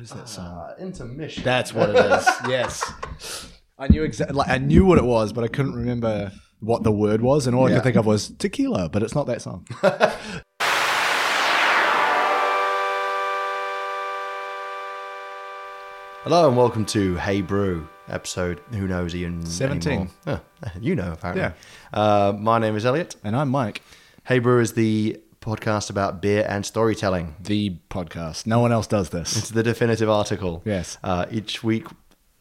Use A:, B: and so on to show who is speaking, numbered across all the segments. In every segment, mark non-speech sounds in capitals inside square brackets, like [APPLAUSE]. A: is that song?
B: Uh, intermission.
A: That's what it [LAUGHS] is. yes. I knew exactly. Like, I knew what it was, but I couldn't remember what the word was, and all I
B: Yeah.
A: could think of was tequila. But it's not that
B: [LAUGHS]
A: song.
B: Hello and welcome to Hey Brew episode. Who knows Ian?
A: 17.
B: anymore. Huh, [LAUGHS] you know apparently. Uh, my name is Elliot.
A: And I'm Mike,
B: Hey Brew is the podcast about beer and storytelling.
A: the podcast. No one else does this.
B: It's the definitive article.
A: Yes.
B: Uh, each week,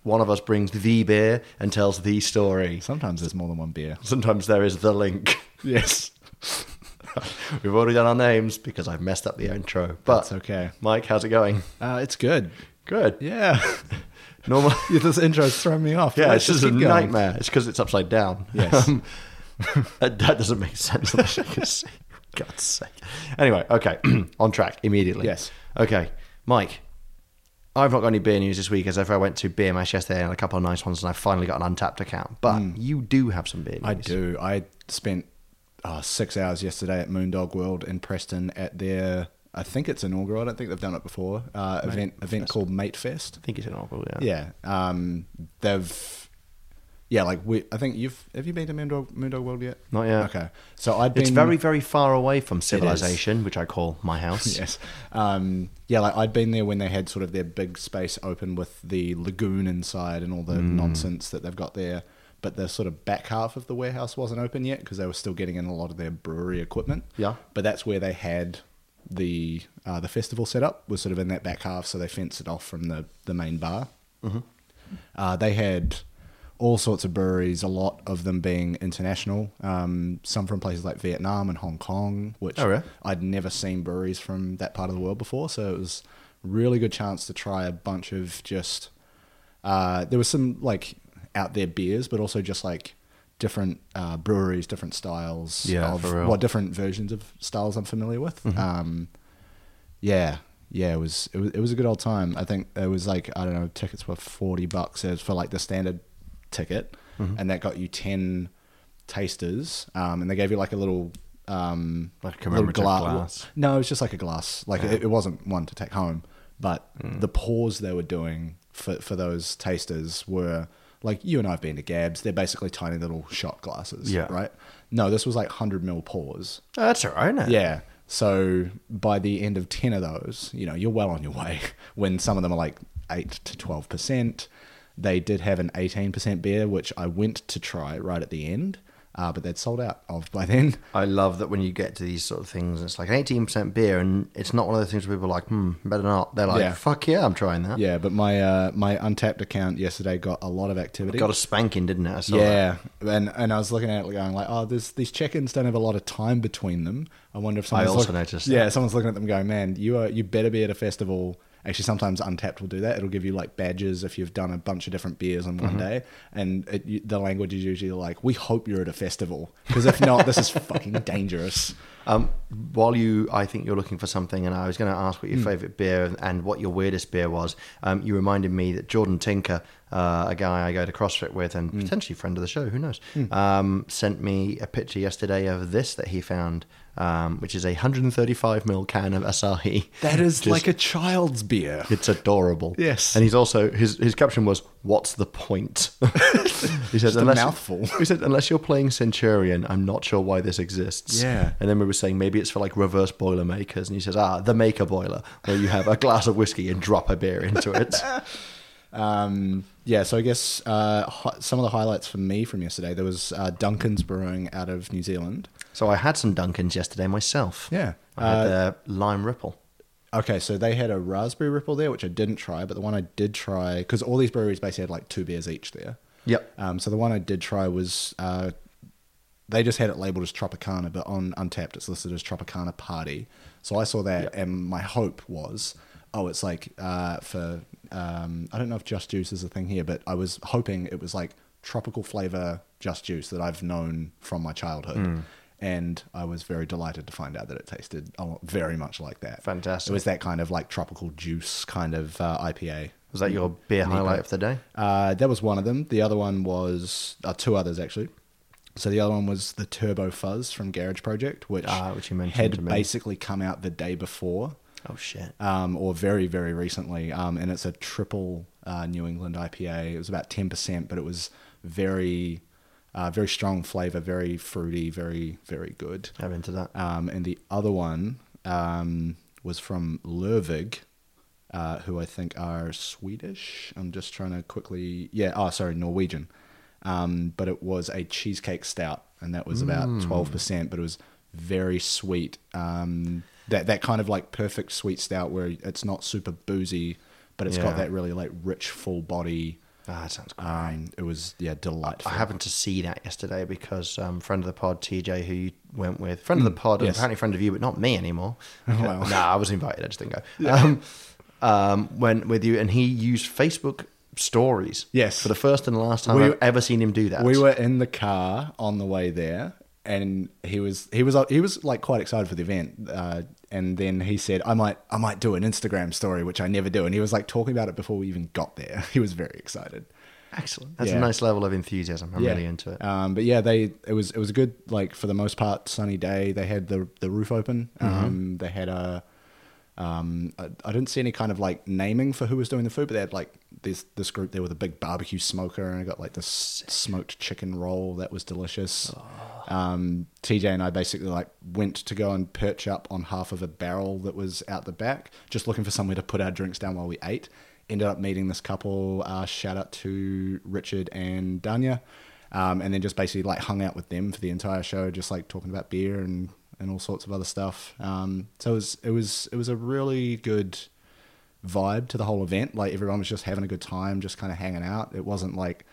B: one of us brings the beer and tells the story.
A: Sometimes there's more than one
B: [LAUGHS]
A: beer.
B: Sometimes there is the link.
A: [LAUGHS] Yes.
B: [LAUGHS] We've already done our names because I've messed up the intro. But
A: That's okay.
B: Mike, how's it going?
A: Uh, it's good.
B: Good.
A: Yeah.
B: [LAUGHS] Normal.
A: Yeah, [LAUGHS] this intro's thrown me off.
B: Yeah,
A: Let's
B: it's just a
A: keep going.
B: nightmare. It's because it's upside down.
A: Yes.
B: [LAUGHS] Um, that, that doesn't make sense. [LAUGHS] I can see. God's sake. Anyway, okay, [CLEARS THROAT] on track immediately.
A: Yes.
B: Okay, Mike. I've not got any beer news this week, as if I went to Beer Mash yesterday and a couple of nice ones, and I finally got an untapped account. But you do have some beer news.
A: Mm. I do. I spent uh, six hours yesterday at Moondog World in Preston at their, I think it's inaugural. I don't think they've done it before. Uh, event event called Mate Fest.
B: I think it's inaugural. Yeah.
A: Yeah. Um, they've, yeah, like we. I think you've have you been to Moondog Moondog World yet?
B: Not yet.
A: Okay. So I've been.
B: It's very, very far away from civilization, which I call my
A: [LAUGHS]
B: house.
A: Yes. Um, yeah, like I'd been there when they had sort of their big space open with the lagoon inside and all the
B: Mm.
A: nonsense that they've got there. But the sort of back half of the warehouse wasn't open yet because they were still getting in a lot of their brewery equipment.
B: Yeah.
A: But that's where they had the uh, the festival set up was sort of in that back half, so they fenced it off from the the main bar.
B: Mm-hmm.
A: Uh, they had all sorts of breweries, a lot of them being international, um, some from places like Vietnam and Hong Kong, which
B: Oh, really?
A: I'd never seen breweries from that part of the world before. So it was really good chance to try a bunch of just. Uh, there was some like out there beers, but also just like different uh, breweries, different styles
B: Yeah,
A: of
B: for real. Mm-hmm.
A: well, different versions of styles I'm familiar with. Um, yeah, yeah, it was, it was it was a good old time. I think it was like I don't know, tickets were forty bucks as for like the standard ticket,
B: Mm-hmm.
A: and that got you ten tasters, um, and they gave you like a little um,
B: Like a
A: little
B: commemorative
A: gla-
B: glass.
A: No, it was just like a glass. Like it, it wasn't one to take home, but
B: Mm.
A: the pours they were doing for for those tasters were like you and I've been to Gabs. They're basically tiny little shot glasses,
B: Yeah.
A: right? No, this was like hundred mil pours.
B: Oh, that's all right, isn't it?
A: Yeah. So by the end of 10 of those, you know, you're well on your way [LAUGHS] when some of them are like 8 to 12%. They did have an 18% beer, which I went to try right at the end, uh, but they'd sold out of by [LAUGHS] then.
B: I love that when you get to these sort of things, it's like an eighteen percent beer, and it's not one of those things where people are like, hmm, better not. They're like,
A: Yeah.
B: fuck yeah, I'm trying that.
A: Yeah, but my uh, my untapped account yesterday got a lot of activity.
B: Got a spanking, didn't it? I saw that.
A: yeah, and and I was looking at it going like, oh, there's, these check-ins don't have a lot of time between them. I wonder if someone's
B: also
A: look-
B: noticed that.
A: Yeah, someone's looking at them going, man, you are you better be at a festival. Actually, sometimes Untapped will do that. It'll give you like badges if you've done a bunch of different beers on one day, and it, you- the language is usually like, "We hope you're at a festival because if not, [LAUGHS] this is fucking dangerous."
B: Um, while you, I think you're looking for something, and I was going to ask what
A: Hmm.
B: your favorite beer and what your weirdest beer was. Um, you reminded me that Jordan Tinker, uh, a guy I go to CrossFit with
A: Hmm.
B: and potentially friend of the show, who knows, um, sent me a picture yesterday of this that he found, um, which is a 135 ml can of Asahi.
A: That is
B: [LAUGHS] Just-
A: like a child's beer.
B: It's adorable.
A: Yes.
B: And he's also his his caption was, "What's the point?" [LAUGHS] he says,
A: a mouthful.
B: [LAUGHS] He said, "Unless you're playing Centurion, I'm not sure why this exists."
A: Yeah.
B: And then we were saying maybe it's for like reverse boiler makers, and he says, "Ah, the maker boiler, where you have a glass of whiskey and drop a beer into [LAUGHS] it."
A: Um, yeah, so I guess uh, hi- some of the highlights for me from yesterday there was uh, Duncan's Brewing out of New Zealand. Uh,
B: so I had some Dunkins yesterday myself.
A: Yeah.
B: I had their lime ripple.
A: Okay, so they had a raspberry ripple there, which I didn't try, but the one I did try because all these breweries basically had like two beers each there.
B: Yep.
A: Um, so the one I did try was uh, they just had it labeled as Tropicana, but on Untapped it's listed as Tropicana Party. So I saw that, and my hope was, oh, it's like uh, for um, I don't know if Just Juice is a thing here, but I was hoping it was like tropical flavor Just Juice that I've known from my childhood.
B: Hmm.
A: And I was very delighted to find out that it tasted a lot- very much like that.
B: Fantastic.
A: It was that kind of like tropical juice kind of uh, IPA.
B: Was that your beer highlight of the day?
A: Uh, that was one of them. The other one was uh, two others actually. So the other one was the Turbo Fuzz from Garage Project, which,
B: Ah, which you mentioned
A: had
B: to me.
A: basically come out the day before.
B: Oh shit.
A: um, or very, very recently. Um, and it's a triple uh, New England IPA. It was about 10%, but it was very, uh, very strong flavor, very fruity, very, very good.
B: I'm into that.
A: Um, and the other one um, was from Lervig, uh, who I think are Swedish. I'm just trying to quickly. Yeah, oh, sorry, Norwegian. Um, but it was a cheesecake stout, and that was about
B: Mm.
A: 12%, but it was very sweet. Um, that, that kind of like perfect sweet stout where it's not super boozy, but it's
B: Yeah.
A: got that really like rich, full body.
B: Ah, that sounds good.
A: Um, it was, yeah, delightful.
B: I happened to see that yesterday because um, friend of the pod, TJ, who you went with, friend of the pod, and
A: Mm, yes. Oh,
B: apparently friend of you, but not
A: [LAUGHS]
B: me anymore.
A: Wow.
B: [LAUGHS] no, I was invited. I just didn't go. Um, um, went with you, and he used Facebook stories.
A: Yes.
B: For the first and last time
A: We-
B: I've ever seen him do that.
A: We were in the car on the way there, and he was he was he was like quite excited for the event. Uh, and then he said, "I might I might do an Instagram story, which I never do." And he was like talking about it before we even got there. [LAUGHS] He was very excited.
B: Excellent. That's a
A: Yeah.
B: nice level of enthusiasm. I'm really into it.
A: Um, but yeah, they it was it was a good like for the most part sunny day. They had the the roof open.
B: Mm-hmm.
A: Um, they had a um, I, I didn't see any kind of like naming for who was doing the food, but they had like this this group there with a big barbecue smoker, and I got like this smoked chicken roll that was delicious.
B: Oh.
A: Um, TJ and I basically like went to go and perch up on half of a barrel that was out the back, just looking for somewhere to put our drinks down while we ate. Ended up meeting this couple. Uh, shout out to Richard and Danya um, and then just basically like hung out with them for the entire show, just like talking about beer and and all sorts of other stuff. Um, so it was it was it was a really good vibe to the whole event. Like everyone was just having a good time, just kind of hanging out. It wasn't like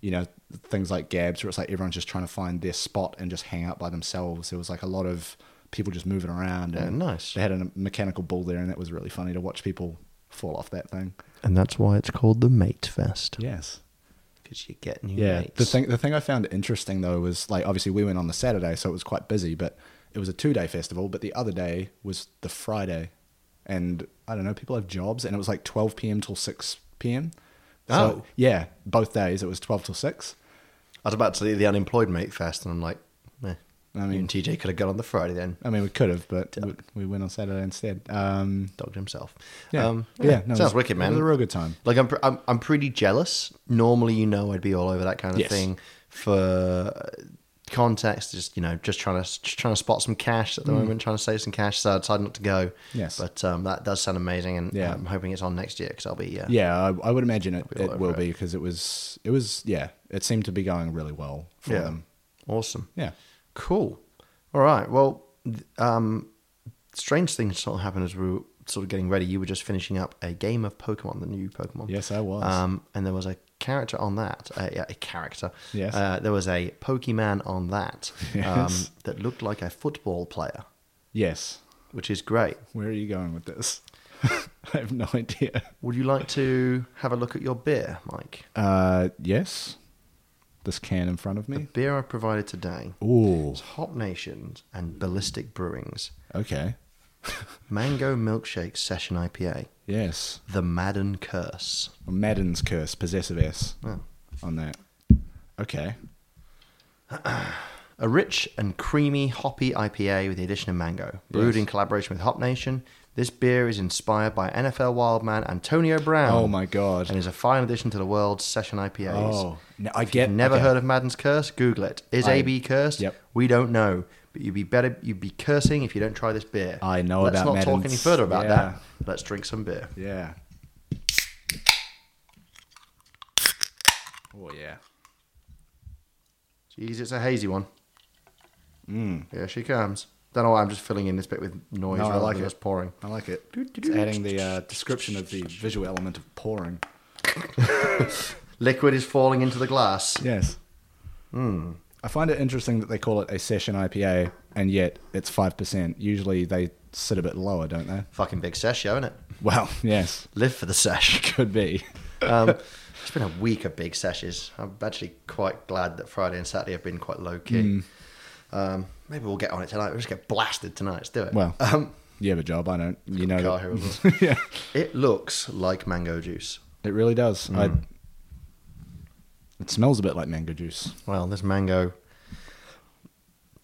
A: you know things like Gabs where it's like everyone's just trying to find their spot and just hang out by themselves. There was like a lot of people just moving around.
B: Yeah,
A: And
B: nice.
A: They had a mechanical bull there, and that was really funny to watch people fall off that thing.
B: And that's why it's called the Mate Fest.
A: Yes.
B: Because you get new
A: Yeah.
B: mates.
A: The thing the thing I found interesting though was like obviously we went on the Saturday, so it was quite busy, but it was a two day festival, but the other day was the Friday. And I don't know, people have jobs and it was like twelve PM till six PM.
B: Oh.
A: So yeah, both days it was twelve till six.
B: I was about to say the unemployed Mate Fest, and I'm like, eh. I mean, you and TJ could have gone on the Friday then.
A: I mean we could have, but we, we went on Saturday instead. Um
B: Dogged himself.
A: yeah,
B: Um,
A: yeah, no, it
B: sounds
A: was-
B: wicked, man.
A: It was a real good time.
B: Like I'm, pre- I'm, I'm pretty jealous. Normally, you know, I'd be all over that kind of
A: Yes.
B: thing. For uh, context, just you know, just trying to just trying to spot some cash at the moment, trying to save some cash, so I decided not to go.
A: Mm. Yes.
B: but um, that does sound amazing, and
A: Yeah.
B: I'm hoping it's on next year because I'll be. Uh,
A: Yeah, I, I would imagine it,
B: Be all
A: it will
B: over it.
A: be because it was it was yeah, it seemed to be going really well for
B: yeah,
A: them.
B: awesome.
A: Yeah.
B: Cool. All right. Well, th- um, strange things sort of happened as we were sort of getting ready. You were just finishing up a game of Pokemon, the new Pokemon.
A: Yes, I was.
B: Um, and there was a character on that. A, a character.
A: Yes.
B: Uh, there was a Pokemon on that
A: Yes.
B: um, that looked like a football player,
A: Yes.
B: which is great.
A: Where are you going with this? [LAUGHS] I have no idea.
B: Would you like to have a look at your beer, Mike?
A: Uh, yes. This can in front of
B: The
A: me.
B: beer I provided today
A: Ooh.
B: is Hop Nations and Ballistic Brewings
A: Okay.
B: Mango Milkshake Session IPA,
A: Yes.
B: The Madden Curse.
A: Madden's curse, possessive S
B: Oh.
A: on that. Okay.
B: A rich and creamy hoppy IPA with the addition of mango. Brewed
A: Yes.
B: in collaboration with Hop Nation, this beer is inspired by NFL wildman Antonio Brown.
A: Oh my God.
B: And is a fine addition to the world's session IPAs.
A: Oh, no, I
B: If
A: get.
B: you've never
A: okay.
B: heard of Madden's Curse? Google it. Is
A: I-
B: AB cursed?
A: yep.
B: We don't know, but you'd be better. You'd be cursing if you don't try this beer.
A: I know
B: Let's
A: about
B: not talk any
A: Madden's.
B: further about
A: Yeah.
B: that. Let's drink some beer.
A: Yeah. Oh yeah.
B: Jeez, it's a hazy one. Mm. Here she comes. Don't know why I'm just filling in this bit with noise
A: No, I
B: rather
A: like
B: than
A: it.
B: just pouring.
A: I like it. It's adding the uh, description of the visual element of pouring.
B: Liquid is falling into the glass.
A: Yes.
B: Hmm.
A: I find it interesting that they call it a session IPA, and yet it's five percent. Usually they sit a bit lower, don't they? [LAUGHS]
B: Fucking big sesh, isn't it?
A: Well, yes,
B: Live for the sesh. [LAUGHS]
A: could be.
B: Um, it's been a week of big seshes. I'm actually quite glad that Friday and Saturday have been quite low key.
A: Hmm.
B: Um, maybe we'll get on it tonight. We'll just get blasted tonight. Let's do it.
A: Well,
B: um,
A: you have a job. I don't. You know
B: car
A: that.
B: here
A: [LAUGHS]
B: as
A: yeah,
B: it looks like mango juice.
A: it really does.
B: Hmm.
A: I, it smells a bit like mango juice.
B: Well, this mango
A: Hmm.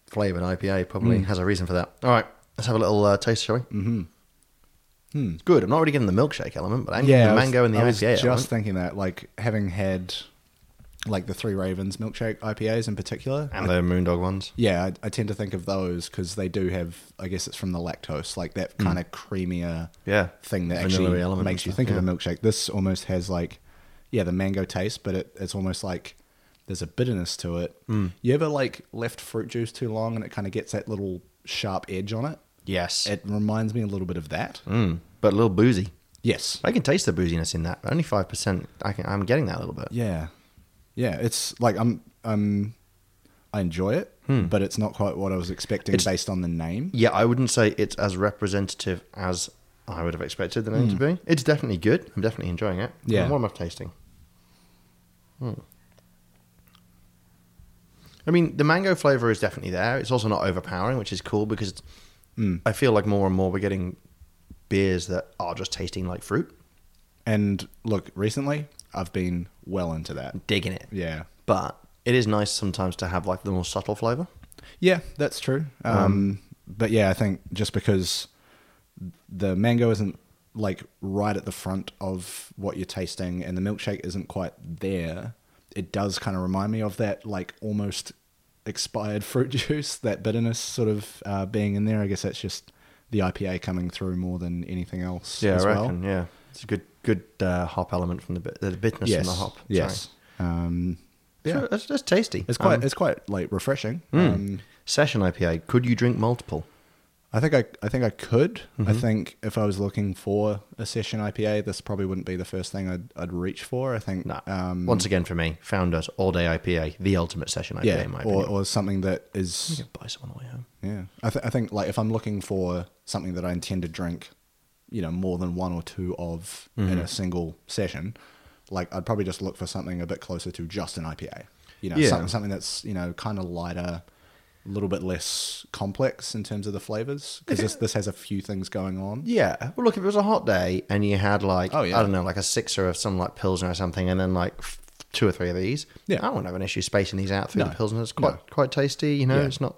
B: flavored IPA probably has a reason for that. All right, let's have a little uh, taste, shall we? Mm-hmm. It's good. I'm not really getting the milkshake element, but I'm
A: Hmm. yeah,
B: getting
A: I
B: the
A: was-
B: mango and the
A: I
B: IPA
A: was just
B: element.
A: thinking that, like having had like the Three Ravens milkshake IPAs in particular.
B: and
A: [LAUGHS]
B: the Moondog ones.
A: yeah, I, I tend to think of those because they do have. I guess it's from the lactose, like that kind of creamier
B: Hmm. Yeah.
A: thing that
B: Vanilla-y
A: actually
B: element and
A: makes you
B: stuff,
A: think of
B: yeah.
A: a milkshake. This almost has like, yeah, the mango taste, but it, it's almost like there's a bitterness to it.
B: Hmm.
A: You ever like left fruit juice too long and it kind of gets that little sharp edge on it?
B: Yes.
A: It reminds me a little bit of that.
B: Mm, but a little boozy.
A: Yes.
B: I can taste the booziness in that. Only five percent. I can. I'm getting that a little bit.
A: Yeah, yeah. It's like I'm, um, I enjoy it, but it's not quite what I was expecting
B: Hmm. It's-
A: based on the name.
B: Yeah, I wouldn't say it's as representative as I would have expected the name to be. It's definitely good. I'm definitely enjoying it.
A: Yeah.
B: What am I tasting? Hmm. I mean, the mango flavor is definitely there. It's also not overpowering, which is cool because it's, I feel like more and more we're getting beers that are just tasting like fruit.
A: And look, recently I've been well into that.
B: Digging it.
A: Yeah,
B: But it is nice sometimes to have like the more subtle flavor.
A: yeah, that's true. Um, but yeah, I think just because the mango isn't like right at the front of what you're tasting, and the milkshake isn't quite there, it does kind of remind me of that like almost expired fruit [LAUGHS] juice, that bitterness sort of uh, being in there. I guess that's just the IPA coming through more than anything else.
B: Yeah,
A: as
B: I
A: well.
B: reckon. Yeah, it's a good good uh, hop element from the bit, the bitterness
A: Yes,
B: from the hop.
A: yes. Um,
B: Sorry.
A: yeah,
B: So that's, that's tasty.
A: it's quite
B: Um, Hmm.
A: it's quite like refreshing. Um,
B: session IPA. Could you drink multiple?
A: I think I, I think I could. I
B: Mm-hmm.
A: think if I was looking for a session IPA, this probably wouldn't be the first thing I'd, I'd reach for. I think,
B: No.
A: um,
B: Once again, for me, Founders All Day IPA, the ultimate session IPA.
A: yeah,
B: in my
A: or,
B: opinion.
A: or something that
B: you
A: is,
B: can buy some on the way home.
A: yeah. I, th- I think like if I'm looking for something that I intend to drink, you know, more than one or two of in
B: Mm-hmm.
A: a single session, like I'd probably just look for something a bit closer to just an IPA. You know,
B: Yeah.
A: something something that's you know kind of lighter, a little bit less complex in terms of the flavors because this this has a few things going on.
B: Yeah. Well, look, if it was a hot day and you had like
A: Oh, yeah.
B: I don't know, like a sixer of some like pilsner or something, and then like f- two or three of these.
A: Yeah.
B: I wouldn't have an issue spacing these out through
A: No.
B: the pilsner. It's quite
A: No.
B: quite tasty. You know,
A: Yeah.
B: it's not.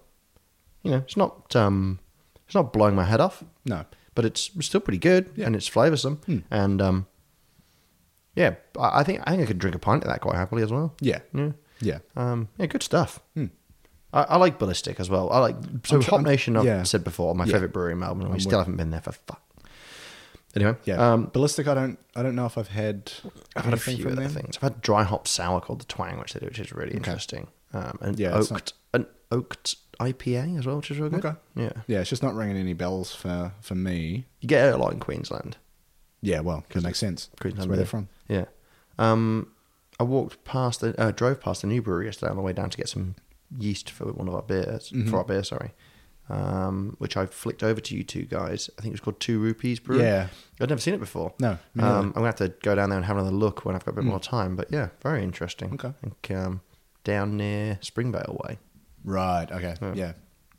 B: You know, it's not. um It's not blowing my head off.
A: No,
B: but it's still pretty good
A: Yeah. Hmm.
B: and it's flavoursome. And um, yeah, I I think I think I could drink a pint of that quite happily as well.
A: yeah,
B: Yeah,
A: yeah.
B: um, yeah, good stuff.
A: Hmm.
B: I, I like ballistic as well. I like so
A: I'm tr-
B: Hop
A: I'm-
B: Nation. I've
A: yeah.
B: said before my
A: Yeah.
B: favourite brewery in Melbourne. and We
A: I'm
B: still
A: with-
B: haven't been there for fuck. Anyway,
A: Yeah,
B: um,
A: ballistic. I don't. I don't know if I've had.
B: I've had a
A: anything
B: few
A: from
B: other
A: them.
B: things. I've had dry hop sour called the Twang, which they do, which is really interesting. Um, and
A: Yeah,
B: oaked
A: it's not-
B: an oaked IPA as well, which is real good.
A: Okay.
B: Yeah,
A: Yeah, it's just not ringing any bells for for me.
B: you get it a lot in Queensland.
A: Yeah, well, it makes sense. That's
B: Queensland
A: where
B: beer.
A: they're from.
B: Yeah. Um, I walked past the, uh, drove past the new brewery yesterday on the way down to get some yeast for one of our beers,
A: Mm-hmm.
B: for our beer, sorry. Um, which I flicked over to you two guys. I think it was called Two Rupees Brewery.
A: Yeah.
B: I'd never seen it before.
A: No, me neither. Mm.
B: Um, I'm gonna have to go down there and have another look when I've got a bit more time. But yeah, very interesting.
A: Okay.
B: I think um, down near Springvale Way.
A: Right. Okay. Yeah.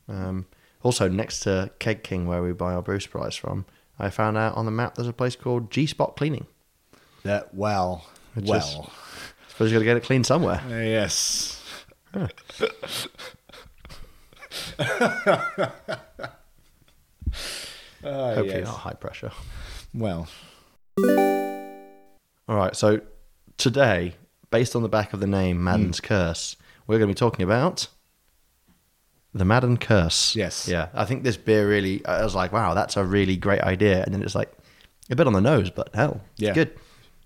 B: Um, also next to Keg King, where we buy our brew supplies from, I found out on the map there's a place called G Spot Cleaning.
A: That well.
B: Which is-
A: well.
B: Suppose you got to get it cleaned somewhere.
A: yes. Ah,
B: Hopefully
A: yes.
B: not high pressure.
A: Well.
B: All right, so today, based on the back of the name Madden's Curse, we're going to be talking about the Madden Curse.
A: Yes.
B: Yeah, I think this beer really, I was like, wow, that's a really great idea. And then it's like, a bit on the nose, but hell, it's
A: Yeah.
B: good.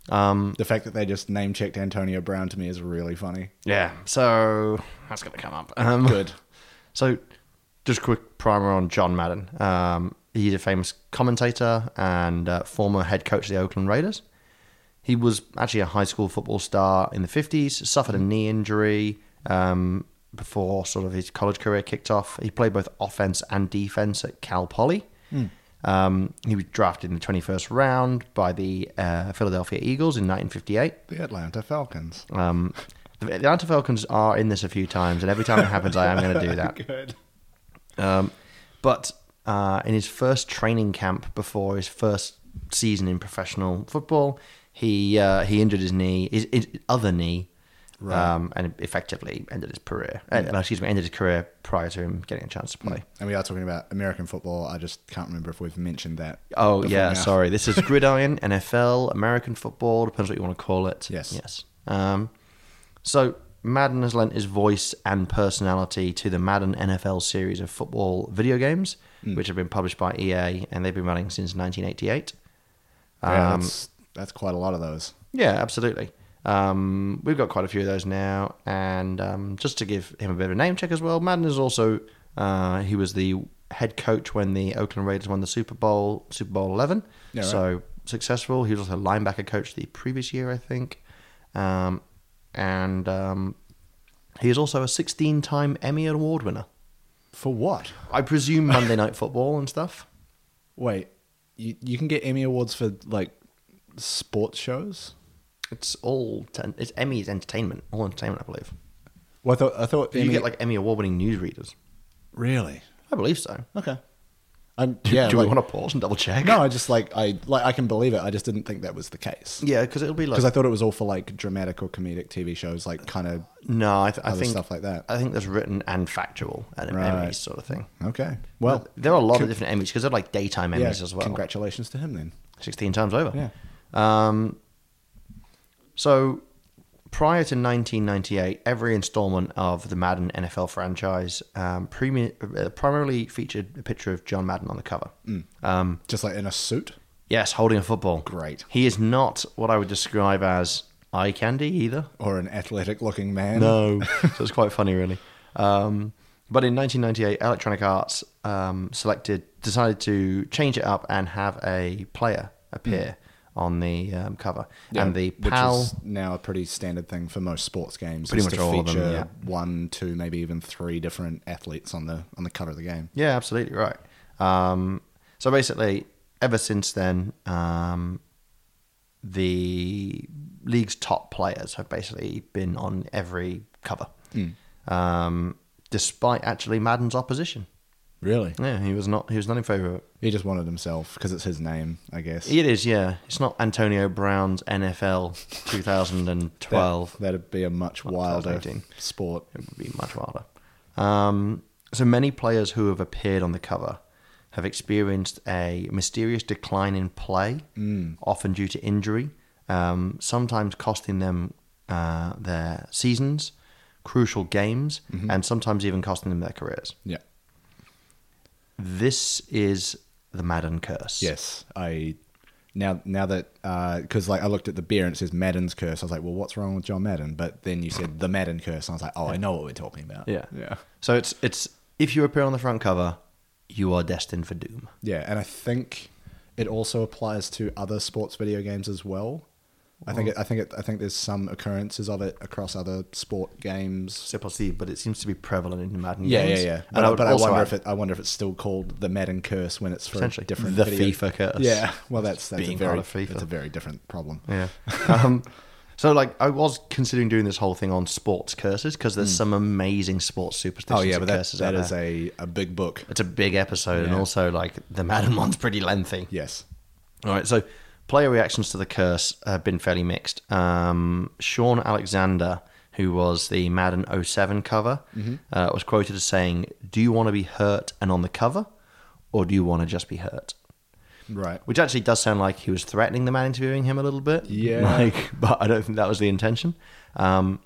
B: Um,
A: The fact that they just name checked Antonio Brown to me is really
B: [LAUGHS]
A: funny.
B: yeah, so that's going to come up. Um,
A: Good.
B: So, just quick primer on John Madden. Um, he's a famous commentator and uh, former head coach of the Oakland Raiders. He was actually a high school football star in the 50s, suffered a knee injury um, before sort of his college career kicked off. He played both offense and defense at Cal Poly. Um, he was drafted in the 21st round by the uh, Philadelphia Eagles in 1958.
A: The Atlanta Falcons.
B: Um, the the Atlanta Falcons are in this a few times, and every time it happens, I am going to do
A: [LAUGHS]
B: that.
A: Good.
B: Um, but uh, in his first training camp before his first season in professional football, he uh, he injured his knee, his, his other knee,
A: Right.
B: um, and effectively ended his career. And, well, excuse me, ended his career prior to him getting a chance to play.
A: And we are talking about American football. I just can't remember if we've mentioned that.
B: Oh
A: before
B: yeah,
A: now.
B: sorry. This is gridiron, NFL, American football. Depends what you want to call it.
A: Yes.
B: Yes. Um, so Madden has lent his voice and personality to the Madden NFL series of football video games, which have been published by EA, and they've been running since 1988.
A: Yeah,
B: Um,
A: that's, that's quite a lot of those.
B: Yeah, absolutely. Um, we've got quite a few of those now, and um, just to give him a bit of a name check as well, Madden is also uh, he was the head coach when the Oakland Raiders won the Super Bowl, Super Bowl Eleven.
A: Yeah, right.
B: So successful. He was also linebacker coach the previous year, I think, um, and um, he is also a 16-time Emmy Award winner.
A: For what? [LAUGHS]
B: I presume Monday Night Football and stuff.
A: Wait, you, you can get Emmy Awards for like sports shows?
B: It's all ten, it's Emmy's entertainment, all entertainment, I believe.
A: Well, I thought, I thought
B: But you
A: Emmy-
B: get like Emmy award-winning newsreaders.
A: Really?
B: I believe so.
A: Okay. I'm, yeah,
B: Do
A: like-
B: we want to pause and double check?
A: No, I just like I like I can believe it. I just didn't think that was the case
B: Yeah, because it'll be like
A: because I thought it was all for like dramatic or comedic TV shows, like kind of
B: no. I, th- I
A: other
B: think
A: stuff like that.
B: I think that's written and factual and an
A: Right.
B: Emmys sort of thing.
A: okay. Well,
B: there are a lot of different Emmys because they're like daytime Emmys
A: yeah,
B: as well.
A: Congratulations to him then.
B: Sixteen times over.
A: Yeah.
B: Um, so prior to 1998, every installment of the Madden NFL franchise um, premi- uh, primarily featured a picture of John Madden on the cover. Um,
A: Just like in a suit.
B: yes, holding a football.
A: Great.
B: He is not what I would describe as eye candy either.
A: or an athletic looking man.
B: No. Oh. so it's quite funny, really. Um, but in 1998, Electronic Arts um, selected, decided to change it up and have a player appear on the um, cover.
A: Hmm. Yeah,
B: and the
A: which
B: PAL.
A: is now a pretty standard thing for most sports games.
B: Pretty
A: is
B: much
A: to
B: all of them,
A: feature
B: yeah.
A: one, two, maybe even three different athletes on the on the cover of the game.
B: Yeah, absolutely right. Um, so basically, ever since then, um, the league's top players have basically been on every cover,
A: Hmm.
B: um, despite actually Madden's opposition.
A: Really,
B: Yeah, he was not. He was not in favour of it.
A: he just wanted himself because it's his name, I guess.
B: It is, yeah. It's not Antonio Brown's NFL 2012.
A: that, would be a much wilder
B: 2018.
A: sport.
B: it would be much wilder. Um, so many players who have appeared on the cover have experienced a mysterious decline in play, often due to injury, um, sometimes costing them uh, their seasons, crucial games, and sometimes even costing them their careers.
A: Yeah.
B: This is the Madden curse.
A: Yes, I. Now, now that because like I looked at the beer and it says Madden's curse, I was like, well, what's wrong with John Madden? But then you said the Madden curse, and I was like, oh, I know what we're talking about.
B: Yeah.
A: yeah.
B: So it's it's if you appear on the front cover, you are destined for doom.
A: Yeah, and I think it also applies to other sports video games as well. I think it, I think it, I think there's some occurrences of it across other sport games.
B: So perceived, but it seems to be prevalent in Madden
A: Yeah, yeah,
B: games.
A: yeah.
B: And
A: But, I, but I
B: also
A: wonder
B: add-
A: if it I wonder if it's still called the Madden curse when it's for
B: Potentially.
A: different
B: The
A: video-
B: FIFA curse.
A: [LAUGHS] Yeah, well that's that's
B: Being
A: a very
B: part of FIFA.
A: that's a very different problem.
B: Yeah. [LAUGHS] um, so like I was considering doing this whole thing on sports curses because there's some amazing sports superstitions.
A: Hmm. Oh yeah, but
B: and
A: that,
B: curses
A: that
B: out
A: is
B: there.
A: a, a big book.
B: it's a big episode, and
A: Yeah.
B: also like the Madden [LAUGHS] one's pretty lengthy.
A: Yes.
B: All right, so player reactions to the curse have been fairly mixed. Um, Sean Alexander, who was the Madden 07 cover,
A: Mm-hmm.
B: uh, was quoted as saying, "Do you want to be hurt and on the cover, or do you want to just be hurt?"
A: Right.
B: Which actually does sound like he was threatening the man interviewing him a little bit.
A: Yeah.
B: [LAUGHS] Like, but I don't think that was the intention. Um,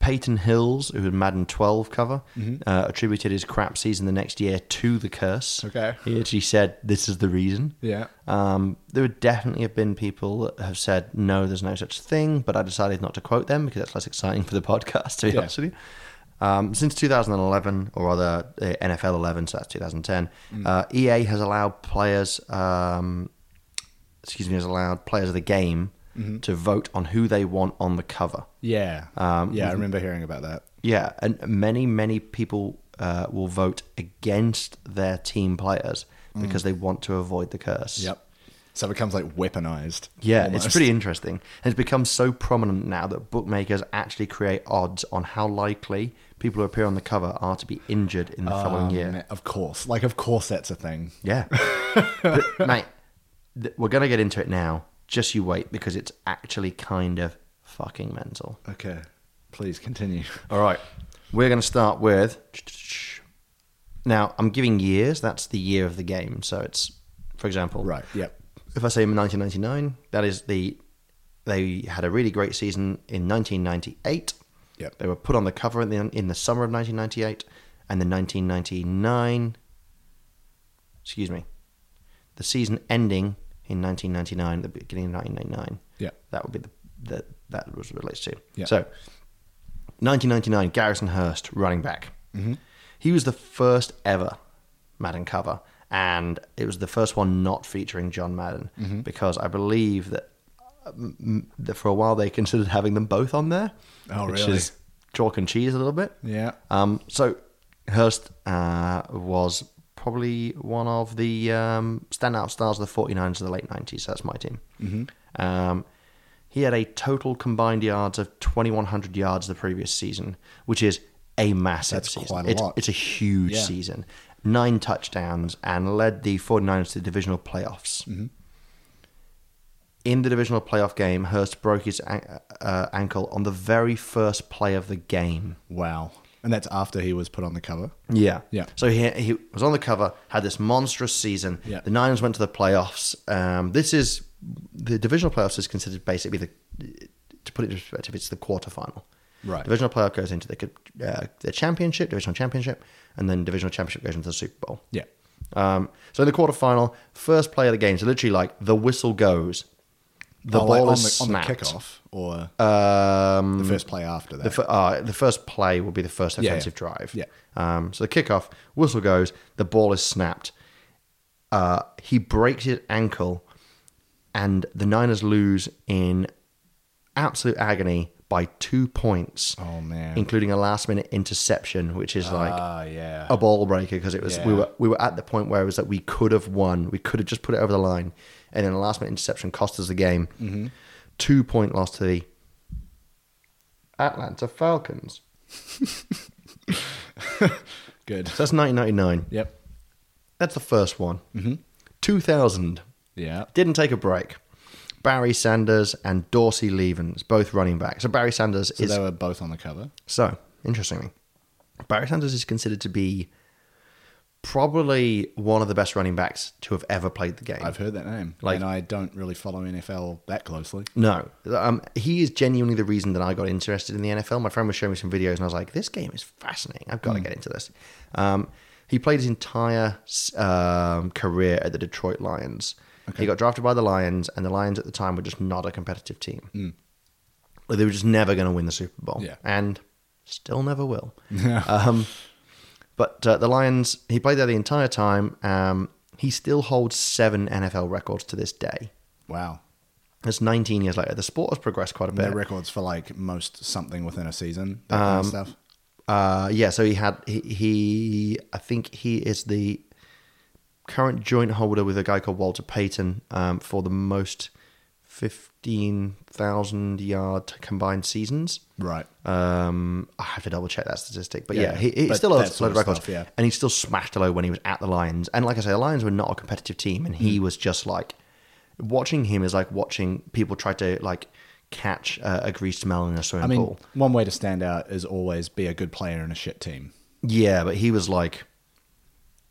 B: Peyton Hills, who had Madden 12 cover,
A: Mm-hmm.
B: uh, attributed his crap season the next year to the curse.
A: Okay.
B: He actually said, This is the reason.
A: Yeah.
B: Um, there would definitely have been people that have said, No, there's no such thing, but I decided not to quote them because that's less exciting for the [LAUGHS] podcast, to be
A: Yeah.
B: honest with you. Um, since 2011, or rather uh, NFL 11, so that's 2010,
A: Mm.
B: uh, EA has allowed players, um, excuse me, has allowed players of the game
A: Mm-hmm.
B: to vote on who they want on the cover.
A: Yeah.
B: Um,
A: yeah, I remember hearing about that.
B: Yeah, and many, many people uh, will vote against their team players because they want to avoid the curse.
A: Mm. Yep. So it becomes like weaponized.
B: Yeah,
A: almost.
B: it's pretty interesting. And it's become so prominent now that bookmakers actually create odds on how likely people who appear on the cover are to be injured in the following
A: Um,
B: year.
A: Of course. Like of course that's a thing.
B: Yeah. but, mate, th- we're going to get into it now. Just you wait because it's actually kind of fucking mental.
A: Okay. Please continue.
B: All right. We're going to start with. Now, I'm giving years. That's the year of the game. So it's, for example,
A: Right. Yep.
B: if I say 1999, that is the. They had a really great season in 1998.
A: Yep.
B: They were put on the cover in the, in the summer of 1998. And then 1999. Excuse me. The season ending in 1999, the beginning of 1999.
A: Yep.
B: That would be the, the that was relates to.
A: Yeah.
B: So, 1999, Garrison Hurst, running back.
A: Mm-hmm.
B: He was the first ever Madden cover, and it was the first one not featuring John Madden
A: Mm-hmm.
B: because I believe that, um, that for a while they considered having them both on there,
A: Oh,
B: which
A: really?
B: is chalk and cheese a little bit.
A: Yeah.
B: Um, so Hurst uh, was probably one of the um, standout stars of the 49ers of the late 90s. That's my team. Mm-hmm. Um, he had a total combined yards of 2,100 yards the previous season, which is a massive
A: That's
B: season.
A: quite a
B: it's,
A: lot.
B: it's a huge
A: Yeah.
B: season. Nine touchdowns and led the 49ers to the divisional playoffs.
A: Mm-hmm.
B: In the divisional playoff game, Hurst broke his an- uh, ankle on the very first play of the game.
A: Wow. And that's after he was put on the cover.
B: Yeah.
A: Yeah.
B: So he, he was on the cover, had this monstrous season.
A: Yeah.
B: The Niners went to the playoffs. Um, this is the divisional playoffs is considered basically the to put it in perspective, it's the quarterfinal.
A: Right.
B: Divisional playoff goes into the uh, the championship, divisional championship, and then divisional championship goes into the Super Bowl.
A: Yeah.
B: Um, so in the quarterfinal, first play of the game, so literally like the whistle goes, the
A: Oh, like
B: ball
A: on
B: is
A: the, on the
B: snapped.
A: kickoff or
B: Um,
A: the first play after that.
B: the, fir- uh, the first play will be the first
A: yeah.
B: offensive drive.
A: Yeah.
B: Um, so the kickoff, whistle goes, the ball is snapped. Uh, he breaks his ankle, and the Niners lose in absolute agony by two points,
A: oh man.
B: including a last minute interception, which is like
A: Ah yeah.
B: a ball breaker because it was we
A: Yeah.
B: were we were at the point where it was that we could have won, we could have just put it over the line, and then a last minute interception cost us the game.
A: Mm-hmm.
B: Two point loss to the Atlanta Falcons.
A: Good.
B: So that's 1999.
A: Yep.
B: That's the first one. Mm-hmm. 2000
A: Yeah.
B: didn't take a break. Barry Sanders and Dorsey Levens, both running back. So Barry Sanders
A: So
B: is
A: they were both on the cover.
B: So, interestingly, Barry Sanders is considered to be probably one of the best running backs to have ever played the game.
A: I've heard that name.
B: Like-
A: and I don't really follow NFL that closely.
B: no, um, he is genuinely the reason that I got interested in the NFL. My friend was showing me some videos, and I was like, "This game is fascinating. I've got to get into this." Um, he played his entire um, career at the Detroit Lions. He got drafted by the Lions, and the Lions at the time were just not a competitive team. They were just never going to win the Super Bowl,
A: Yeah.
B: and still never will. um, But uh, the Lions, he played there the entire time. Um, he still holds seven NFL records to this day.
A: Wow.
B: That's 19 years later. The sport has progressed quite a
A: Their
B: bit.
A: records for like most something within a season, that kind of
B: Um,
A: stuff.
B: Uh, yeah, so he had he, he I think he is the current joint holder with a guy called Walter Payton um, for the most 15,000 yard combined seasons.
A: Right.
B: Um, I have to double check that statistic, but
A: Yeah,
B: yeah, he, he
A: but
B: still
A: that
B: has a
A: sort
B: lot
A: of
B: of records,
A: stuff, yeah.
B: and he still smashed a low when he was at the Lions. And like I say, the Lions were not a competitive team, and
A: Mm.
B: he was just like watching him is like watching people try to like catch uh, a greased melon in a swimming
A: I mean,
B: pool.
A: one way to stand out is always be a good player in a shit team.
B: Yeah, but he was like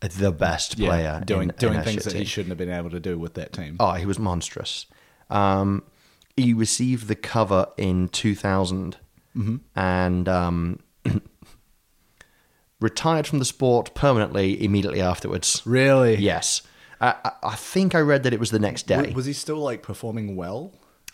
B: the best player
A: doing
B: in-
A: doing
B: in a
A: things
B: shit
A: that he
B: team.
A: shouldn't have been able to do with that team.
B: Oh, he was monstrous. Um, he received the cover in 2000
A: Mm-hmm.
B: and um, [CLEARS THROAT] retired from the sport permanently immediately afterwards.
A: Really?
B: Yes. I, I- I think I read that it was the next day.
A: W- Was he still like performing well?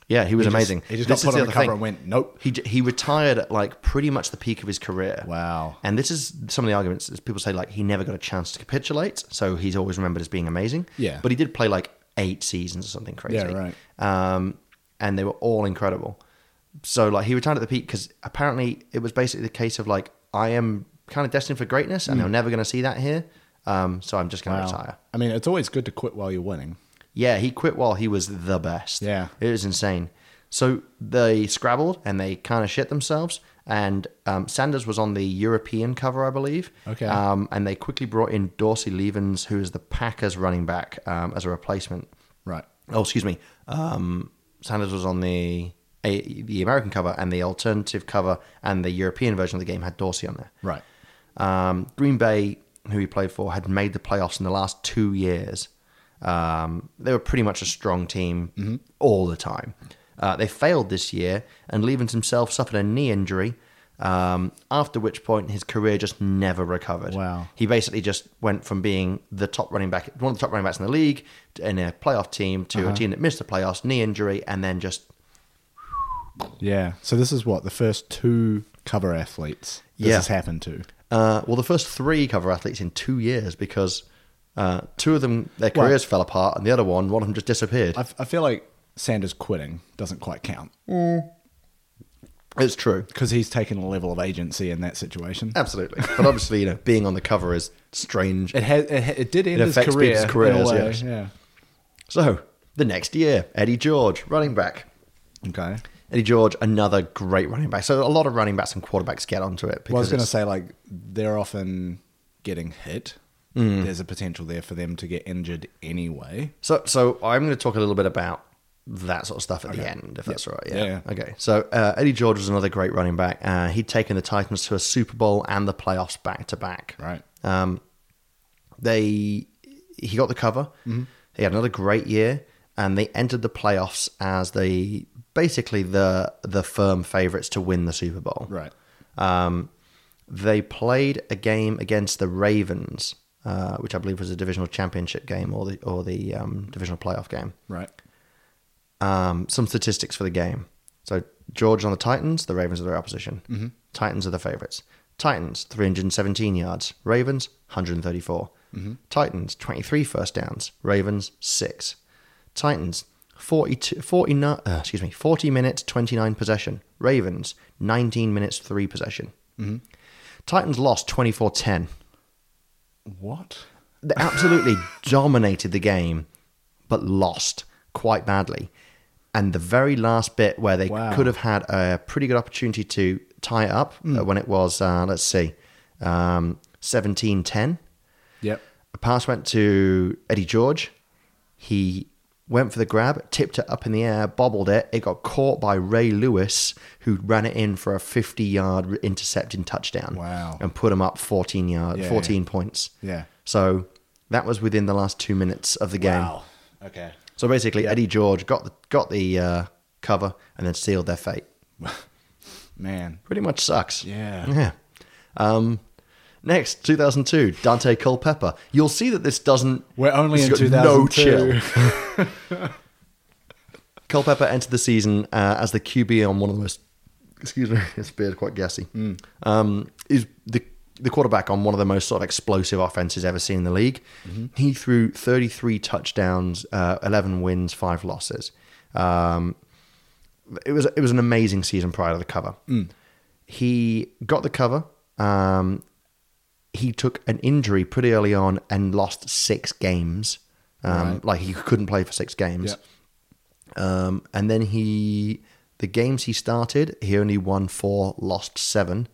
B: yeah, he was
A: He just-
B: amazing.
A: he just
B: This
A: got put
B: is
A: on
B: other
A: the cover
B: thing.
A: and went, nope.
B: He, j- he retired at like pretty much the peak of his career.
A: Wow.
B: And this is some of the arguments is people say like he never got a chance to capitulate, so he's always remembered as being amazing.
A: Yeah.
B: But he did play like eight seasons or something crazy.
A: Yeah, right.
B: Um, and they were all incredible. So like he retired at the peak because apparently it was basically the case of like I am kind of destined for greatness and I'm never going to see that here. Um, so I'm just going to
A: Hmm. Wow.
B: retire.
A: I mean, it's always good to quit while you're winning.
B: Yeah, he quit while he was the best.
A: Yeah.
B: It was insane. So they scrabbled and they kind of shit themselves. And um, Sanders was on the European cover, I believe.
A: Okay.
B: Um, and they quickly brought in Dorsey Levens, who is the Packers running back, um, as a replacement.
A: Right.
B: Oh, excuse me. Um, Sanders was on the a, the American cover and the alternative cover and the European version of the game had Dorsey on there.
A: Right.
B: Um, Green Bay, who he played for, had made the playoffs in the last two years. Um, they were pretty much a strong team all the time. Uh, they failed this year, and Levens himself suffered a knee injury. Um, after which point, his career just never recovered.
A: Wow.
B: He basically just went from being the top running back, one of the top running backs in the league, in a playoff team, to a team that missed the playoffs, knee injury, and then just
A: Yeah. So this is what the first two cover athletes this
B: Yeah.
A: has happened to.
B: Uh, well, the first three cover athletes in two years because uh, two of them their
A: Well-
B: careers fell apart, and the other one, one of them just disappeared.
A: I, f- I feel like Sanders quitting doesn't quite count
B: it's true,
A: because he's taken a level of agency in that situation. [LAUGHS]
B: absolutely. But obviously, you know, being on the cover is strange.
A: It has. It, ha- it did end
B: It
A: his
B: affects
A: career.
B: people's
A: in a
B: careers,
A: way,
B: yes.
A: Yeah.
B: So the next year, Eddie George, running back.
A: Okay.
B: Eddie George, another great running back. So a lot of running backs and quarterbacks get onto it. Because
A: Well, I was going to
B: it's-
A: say like they're often getting hit.
B: Mm.
A: There's a potential there for them to get injured anyway.
B: So, so I'm going to talk a little bit about that sort of stuff at the end, if that's all right. Yeah.
A: Yeah, yeah.
B: Okay. So uh, Eddie George was another great running back. Uh, he'd taken the Titans to a Super Bowl and the playoffs back to back.
A: Right.
B: Um, they he got the cover. He had another great year, and they entered the playoffs as the basically the the firm favorites to win the Super Bowl.
A: Right.
B: Um, they played a game against the Ravens, uh, which I believe was a divisional championship game or the or the um, divisional playoff game.
A: Right.
B: Um, some statistics for the game. So George on the Titans, the Ravens are their opposition. Titans are the favorites. Titans 317 yards, Ravens 134. Titans 23 first downs, Ravens 6. Titans 42 49 uh, excuse me, 40 minutes 29 possession, Ravens 19 minutes 3 possession. Titans lost 24-10.
A: What?
B: They absolutely dominated the game, but lost quite badly. And the very last bit where they
A: Wow.
B: could have had a pretty good opportunity to tie it up
A: Hmm.
B: uh, when it was, uh, let's see, um, 17 10.
A: Yep.
B: A pass went to Eddie George. He went for the grab, tipped it up in the air, bobbled it. It got caught by Ray Lewis, who ran it in for a 50 yard intercepting touchdown.
A: Wow.
B: And put him up 14 yard,
A: Yeah.
B: 14 points.
A: Yeah.
B: So that was within the last two minutes of the game.
A: Okay.
B: So basically, Eddie George got the got the uh, cover and then sealed their fate.
A: Man.
B: Pretty much sucks.
A: Yeah.
B: Yeah. Um, next, 2002, Dante Culpepper. You'll see that this doesn't.
A: We're only
B: this
A: in
B: has got
A: 2002.
B: Culpepper entered the season uh, as the QB on one of the most. Excuse me, [LAUGHS] his beard quite gassy. Um, is the the quarterback on one of the most sort of explosive offenses ever seen in the league. He threw 33 touchdowns, uh, 11 wins, five losses. Um, it was it was an amazing season prior to the cover. He got the cover. Um, he took an injury pretty early on and lost six games. Um, Like he couldn't play for six games.
A: Yep.
B: Um, and then he, the games he started, he only won four, lost seven,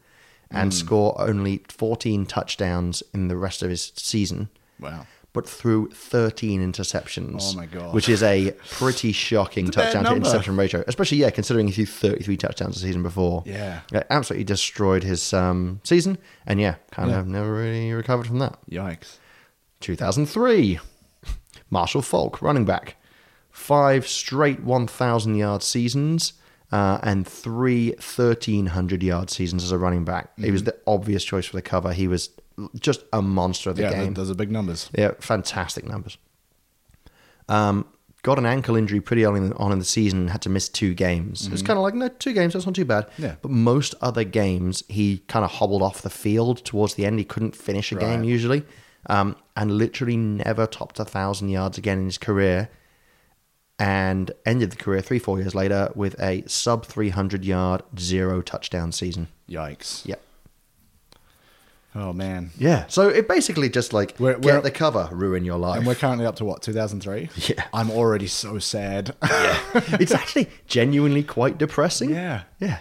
B: and scored only 14 touchdowns in the rest of his season.
A: [LAUGHS] Wow.
B: But through 13 interceptions.
A: Oh my God.
B: Which is a pretty shocking
A: bad
B: touchdown to
A: number.
B: interception ratio, especially yeah, considering he threw 33 touchdowns the season before.
A: Yeah.
B: It absolutely destroyed his um, season, and yeah, kind of never really recovered from that.
A: Yikes.
B: 2003. Marshall Falk, running back. Five straight 1,000 yard seasons uh, and three 1,300 yard seasons as a running back. He
A: Mm-hmm.
B: was the obvious choice for the cover. He was just a monster of the
A: yeah. th-
B: game.
A: Those are big numbers.
B: yeah, fantastic numbers. Um, got an ankle injury pretty early in- on in the season, had to miss two games. It's kind of like, no, two games, that's not too bad.
A: Mm-hmm. Yeah.
B: But most other games, he kind of hobbled off the field towards the end. He couldn't finish a game
A: Right.
B: usually, um, and literally never topped a thousand yards again in his career. And ended the career three, four years later with a sub 300 yard, zero touchdown season.
A: Yikes.
B: Yep.
A: Oh man.
B: Yeah. So it basically just like
A: We're-
B: get
A: we're-
B: the cover, ruin your life.
A: And we're currently up to what 2003.
B: Yeah.
A: I'm already so sad. [LAUGHS]
B: it's actually genuinely quite depressing.
A: Yeah.
B: Yeah.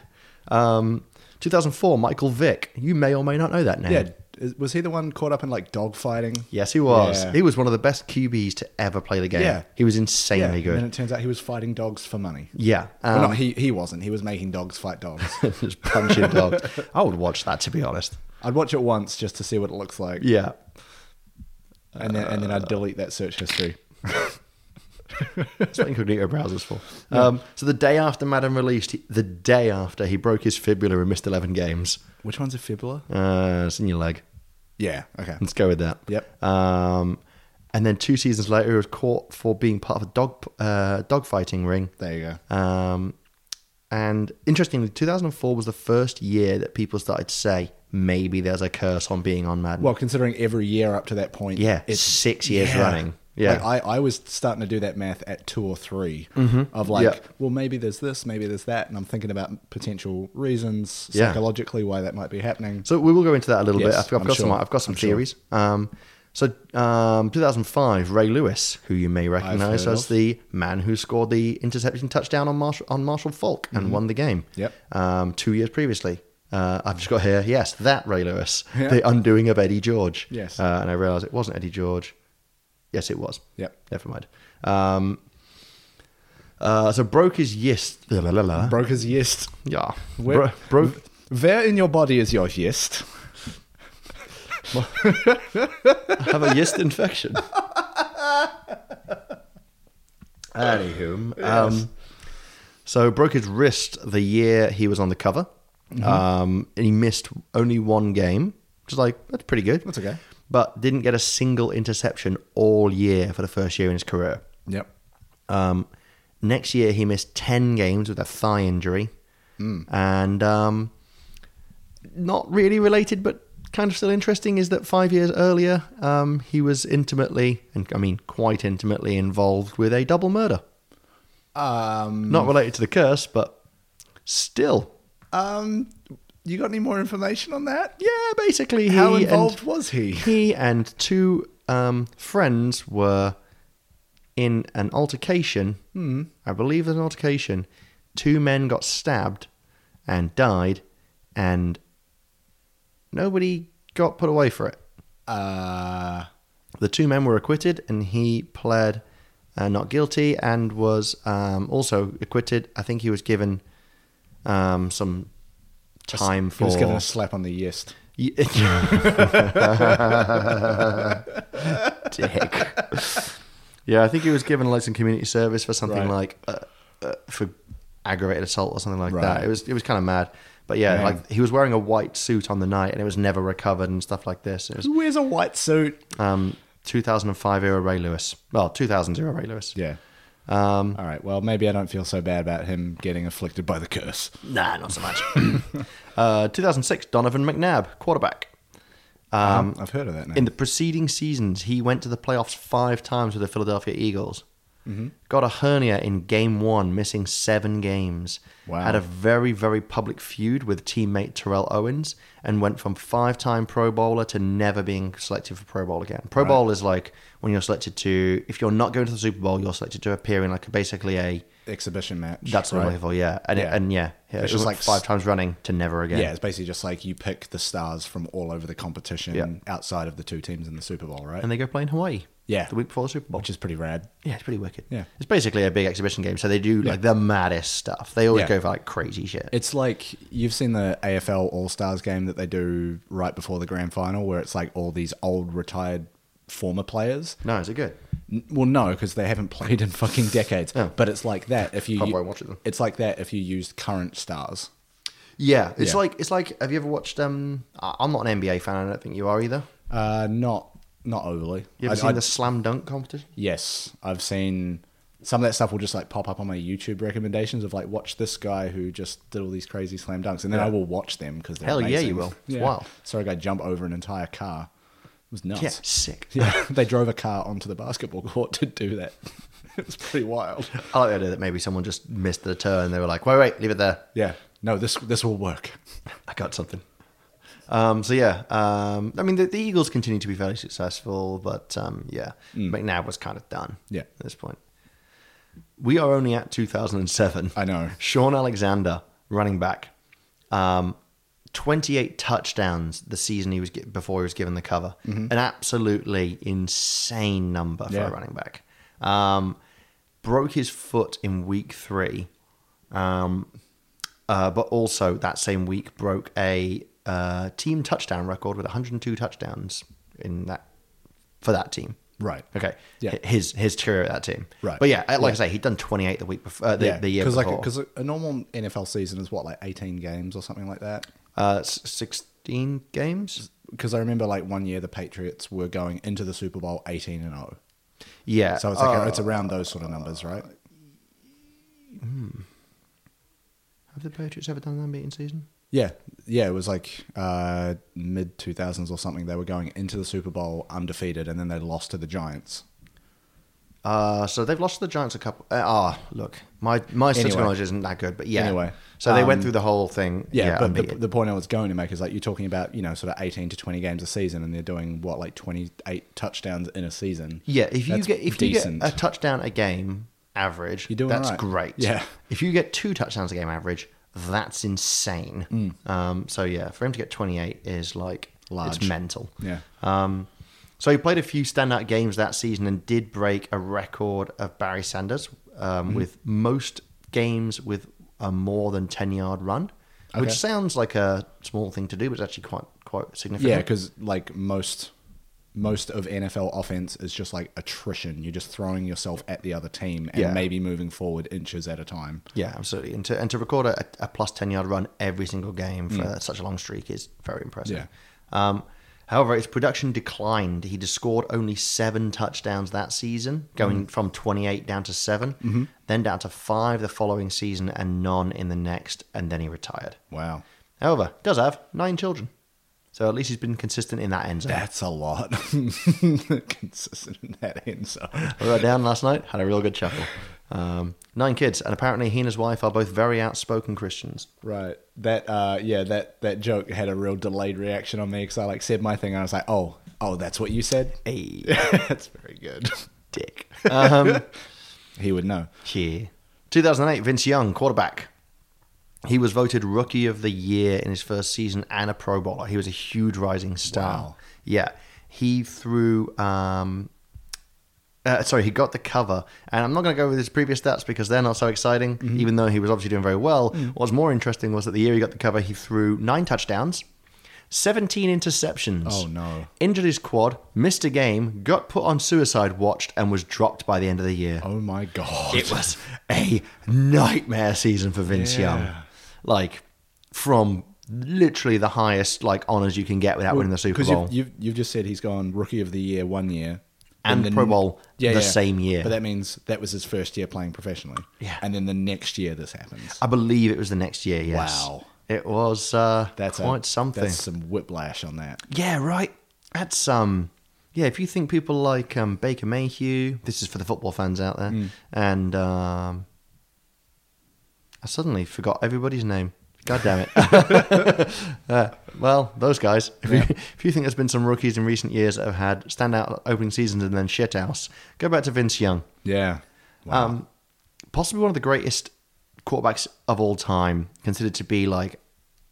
B: Um, 2004, Michael Vick. You may or may not know that name.
A: yeah. Is, was he the one caught up in like dogfighting?
B: Yes, he was.
A: Yeah.
B: He was one of the best QBs to ever play the game.
A: Yeah.
B: He was insanely
A: and
B: good.
A: then it turns out he was fighting dogs for money.
B: yeah.
A: well,
B: Um,
A: not he. He wasn't. He was making dogs fight
B: [LAUGHS]
A: dogs.
B: just punching dogs. I would watch that, to be honest.
A: I'd watch it once just to see what it looks like,
B: Yeah. Uh,
A: and then and then I'd delete that search history.
B: That's what incognito browsers for. Um, so the day after Madden released, he, the day after he broke his fibula and missed 11 games.
A: Which one's a fibula?
B: Uh, it's in your leg.
A: Yeah. Okay.
B: Let's go with that.
A: Yep.
B: Um, and then two seasons later, he was caught for being part of a dog uh, dogfighting ring.
A: There you go.
B: Um, and interestingly, 2004 was the first year that people started to say maybe there's a curse on being on Madden.
A: Well, considering every year up to that point,
B: yeah, it's six years running. Yeah,
A: Like I, I was starting to do that math at two or 3 of like,
B: Mm-hmm. Yeah.
A: well, maybe there's this, maybe there's that. And I'm thinking about potential reasons
B: Yeah.
A: psychologically why that might be happening.
B: So we will go into that a little
A: Yes,
B: bit. I've, I've
A: I'm
B: got some.
A: sure.
B: I've got some
A: I'm sure.
B: theories. Um, so um, 2005, Ray Lewis, who you may recognise
A: heard
B: as
A: of.
B: the man who scored the interception touchdown on Marshall, on Marshall Falk and won the game.
A: Mm-hmm. Yep.
B: Um, two years previously. Uh, I've just got here. Yes, that Ray Lewis,
A: [LAUGHS] Yeah.
B: the undoing of Eddie George.
A: Yes.
B: Uh, and I realised it wasn't Eddie George. Yes, it was.
A: Yep.
B: Never mind. Um, uh, so broke his yist. La, la, la, la.
A: Broke his yeast.
B: yeah.
A: Where-
B: Bro- broke.
A: Where in your body is your yeast?
B: have a yeast infection. Anywho, um, so broke his wrist the year he was on the cover, um, and he missed only one game, which is like that's pretty good.
A: That's okay.
B: but didn't get a single interception all year for the first year in his career.
A: Yep.
B: Um, next year, he missed 10 games with a thigh injury. And um, not really related, but kind of still interesting, is that five years earlier, um, he was intimately, and I mean quite intimately, involved with a double murder.
A: Um,
B: Not related to the curse, but still.
A: um, you got any more information on that?
B: Yeah, basically, he
A: How
B: and-
A: involved was he?
B: he and two um, friends were in an altercation.
A: Hmm.
B: I believe there's an altercation. Two men got stabbed and died, and nobody got put away for it.
A: Uh,
B: The two men were acquitted, and he pled uh, not guilty and was um, also acquitted. I think he was given um, some time
A: he
B: for
A: was given a slap on the yeast. [LAUGHS]
B: Ye- Dick. Yeah, I think he was given like some community service for something
A: Right.
B: like uh, uh, for aggravated assault or something like that.
A: Right.
B: It was it was kind of mad, but yeah,
A: Man.
B: like he was wearing a white suit on the night and it was never recovered and stuff like this. It was
A: Who wears a white suit?
B: um, 2005 era Ray Lewis. Well, 2000 era Ray Lewis.
A: Yeah.
B: Um,
A: All right. Well, maybe I don't feel so bad about him getting afflicted by the curse.
B: Nah, not so much. [COUGHS] uh, 2006 Donovan McNabb, quarterback.
A: Um, I've heard of that name.
B: In the preceding seasons, he went to the playoffs five times with the Philadelphia Eagles.
A: Mm-hmm.
B: Got a hernia in game one, missing seven games.
A: Wow.
B: Had a very, very public feud with teammate Terrell Owens and went from five time Pro Bowler to never being selected for Pro Bowl again. Pro Bowl is like when you're selected to, if you're not going to the Super Bowl, you're selected to appear in like basically a,
A: exhibition match.
B: that's the
A: right.
B: level, yeah. And yeah,
A: Yeah.
B: and yeah,
A: It's
B: yeah it was
A: just
B: like
A: like
B: five
A: s-
B: times running to never again.
A: Yeah, it's basically just like you pick the stars from all over the competition
B: Yeah.
A: outside of the two teams in the Super Bowl, right?
B: And they go play in Hawaii.
A: Yeah.
B: The week before the Super Bowl.
A: Which is pretty rad.
B: Yeah, it's pretty wicked.
A: Yeah.
B: It's basically a big exhibition game. So they do like the maddest stuff. They always
A: Yeah.
B: go for like crazy shit.
A: It's like you've seen the AFL All Stars game that they do right before the grand final, where it's like all these old retired former players.
B: no, is it good?
A: N- Well, no, because they haven't played in fucking decades.
B: Oh.
A: But it's like that if you.
B: Probably won't watch it then.
A: It's like that if you used current stars.
B: Yeah. It's
A: Yeah.
B: like it's like have you ever watched um I- I'm not an NBA fan, I don't think you are either.
A: Uh, not not overly.
B: You ever
A: I-
B: seen
A: I-
B: the slam dunk competition?
A: Yes, I've seen some of that stuff will just like pop up on my YouTube recommendations of like watch this guy who just did all these crazy slam dunks, and then I will watch them because they're
B: Hell yeah,
A: amazing.
B: you will. It's wild.
A: Saw a guy jump over an entire car. It was
B: Yeah,
A: nuts.
B: sick.
A: [LAUGHS] Yeah, they drove a car onto the basketball court to do that. [LAUGHS] It was pretty wild.
B: I like the idea that maybe someone just missed the turn. They were like, wait, wait, leave it there.
A: Yeah, no, this this will work.
B: I got something. Um, so yeah, um, I mean the, the Eagles continue to be fairly successful, but um, yeah, McNabb was kind of done.
A: Mm. Yeah.
B: at this point, we are only at 2007.
A: I know.
B: Sean Alexander, running back, um, 28 touchdowns the season he was get, before he was given the cover. An absolutely insane number for
A: Mm-hmm. Yeah.
B: a running back. Um, broke his foot in week three, um, uh, but also that same week broke a uh, team touchdown record with 102 touchdowns in that for that team.
A: Right.
B: Okay.
A: Yeah.
B: H- His his career at that team.
A: Right.
B: But yeah, uh, like I say, he'd done 28 the week before uh, the, the year
A: because
B: before.
A: like because a normal NFL season is what like eighteen games or something like that.
B: uh, s- 16 games.
A: Because I remember like one year the Patriots were going into the Super Bowl eighteen and zero,
B: Yeah.
A: so it's like
B: Uh,
A: it's around those sort of numbers, right?
B: Have the Patriots ever done an unbeaten season?
A: Yeah, yeah, it was like uh, mid two thousands or something. They were going into the Super Bowl undefeated, and then they lost to the Giants.
B: Uh, so they've lost to the Giants a couple. uh, Ah, look, my my anyway.
A: Anyway.
B: knowledge isn't that good, but yeah.
A: Anyway.
B: so they
A: Um,
B: went through the whole thing.
A: Yeah,
B: Yeah,
A: but the,
B: unbeaten.
A: the point I was going to make is like you're talking about you know sort of eighteen to twenty games a season, and they're doing what like twenty eight touchdowns in a season.
B: yeah. If you
A: That's
B: get if you
A: decent.
B: get a touchdown a game average,
A: You're doing
B: that's
A: alright.
B: great.
A: Yeah.
B: If you get two touchdowns a game average, that's insane.
A: Mm.
B: Um, so yeah, for him to get 28 is like
A: Large.
B: It's mental.
A: yeah,
B: Um, so he played a few standout games that season and did break a record of Barry Sanders um,
A: Mm-hmm.
B: with most games with a more than ten yard run,
A: Okay.
B: which sounds like a small thing to do, but it's actually quite quite significant.
A: yeah, because like most most of NFL offense is just like attrition. You're just throwing yourself at the other team and
B: Yeah.
A: maybe moving forward inches at a time.
B: Yeah, absolutely. And to and to record a, a plus ten yard run every single game for such a long streak is very impressive.
A: Yeah.
B: Um, however, his production declined. He just scored only seven touchdowns that season, going from twenty eight down to 7 then down to five the following season, and none in the next. And then he retired.
A: Wow,
B: However, does have nine children, so at least he's been consistent in that end zone.
A: that's a lot. [LAUGHS] Consistent in that end zone.
B: I wrote down last night. Had a [LAUGHS] real good chuckle. Um, nine kids, and apparently he and his wife are both very outspoken Christians.
A: Right. That uh yeah, that that joke had a real delayed reaction on me cuz I like said my thing and I was like, "Oh, oh, that's what you said?" [LAUGHS]
B: [LAUGHS] Hey,
A: that's very good.
B: dick. Um,
A: He would know.
B: Yeah. 2008, Vince Young, quarterback. He was voted Rookie of the Year in his first season and a Pro Bowler. He was a huge rising star.
A: Wow.
B: Yeah. He threw. Um, uh, sorry, he got the cover. And I'm not going to go with his previous stats because they're not so exciting,
A: Mm-hmm.
B: even though he was obviously doing very well.
A: Mm.
B: What's more interesting was that the year he got the cover, he threw nine touchdowns, 17 interceptions.
A: Oh, no.
B: Injured his quad, missed a game, got put on suicide watched, and was dropped by the end of the year
A: Oh my god.
B: it was a nightmare season for Vince Young.
A: Yeah.
B: Like from literally the highest like honors you can get without winning the Super Bowl.
A: you've, you've you've just said he's gone rookie of the year one year
B: And
A: then
B: Pro Bowl the same year.
A: But that means that was his first year playing professionally.
B: Yeah.
A: And then the next year this happens.
B: I believe it was the next year. Yes.
A: Wow.
B: It was uh,
A: That's a-
B: quite something.
A: That's some whiplash on that.
B: Yeah, right. That's um, yeah. If you think people like um, Baker Mayhew, this is for the football fans out there, and um, I suddenly forgot everybody's name. God damn it! [LAUGHS] Uh, well, those guys. If, you, if you think there's been some rookies in recent years that have had standout opening seasons and then shit house, go back to Vince Young.
A: Yeah. Wow.
B: Um, possibly one of the greatest quarterbacks of all time, considered to be like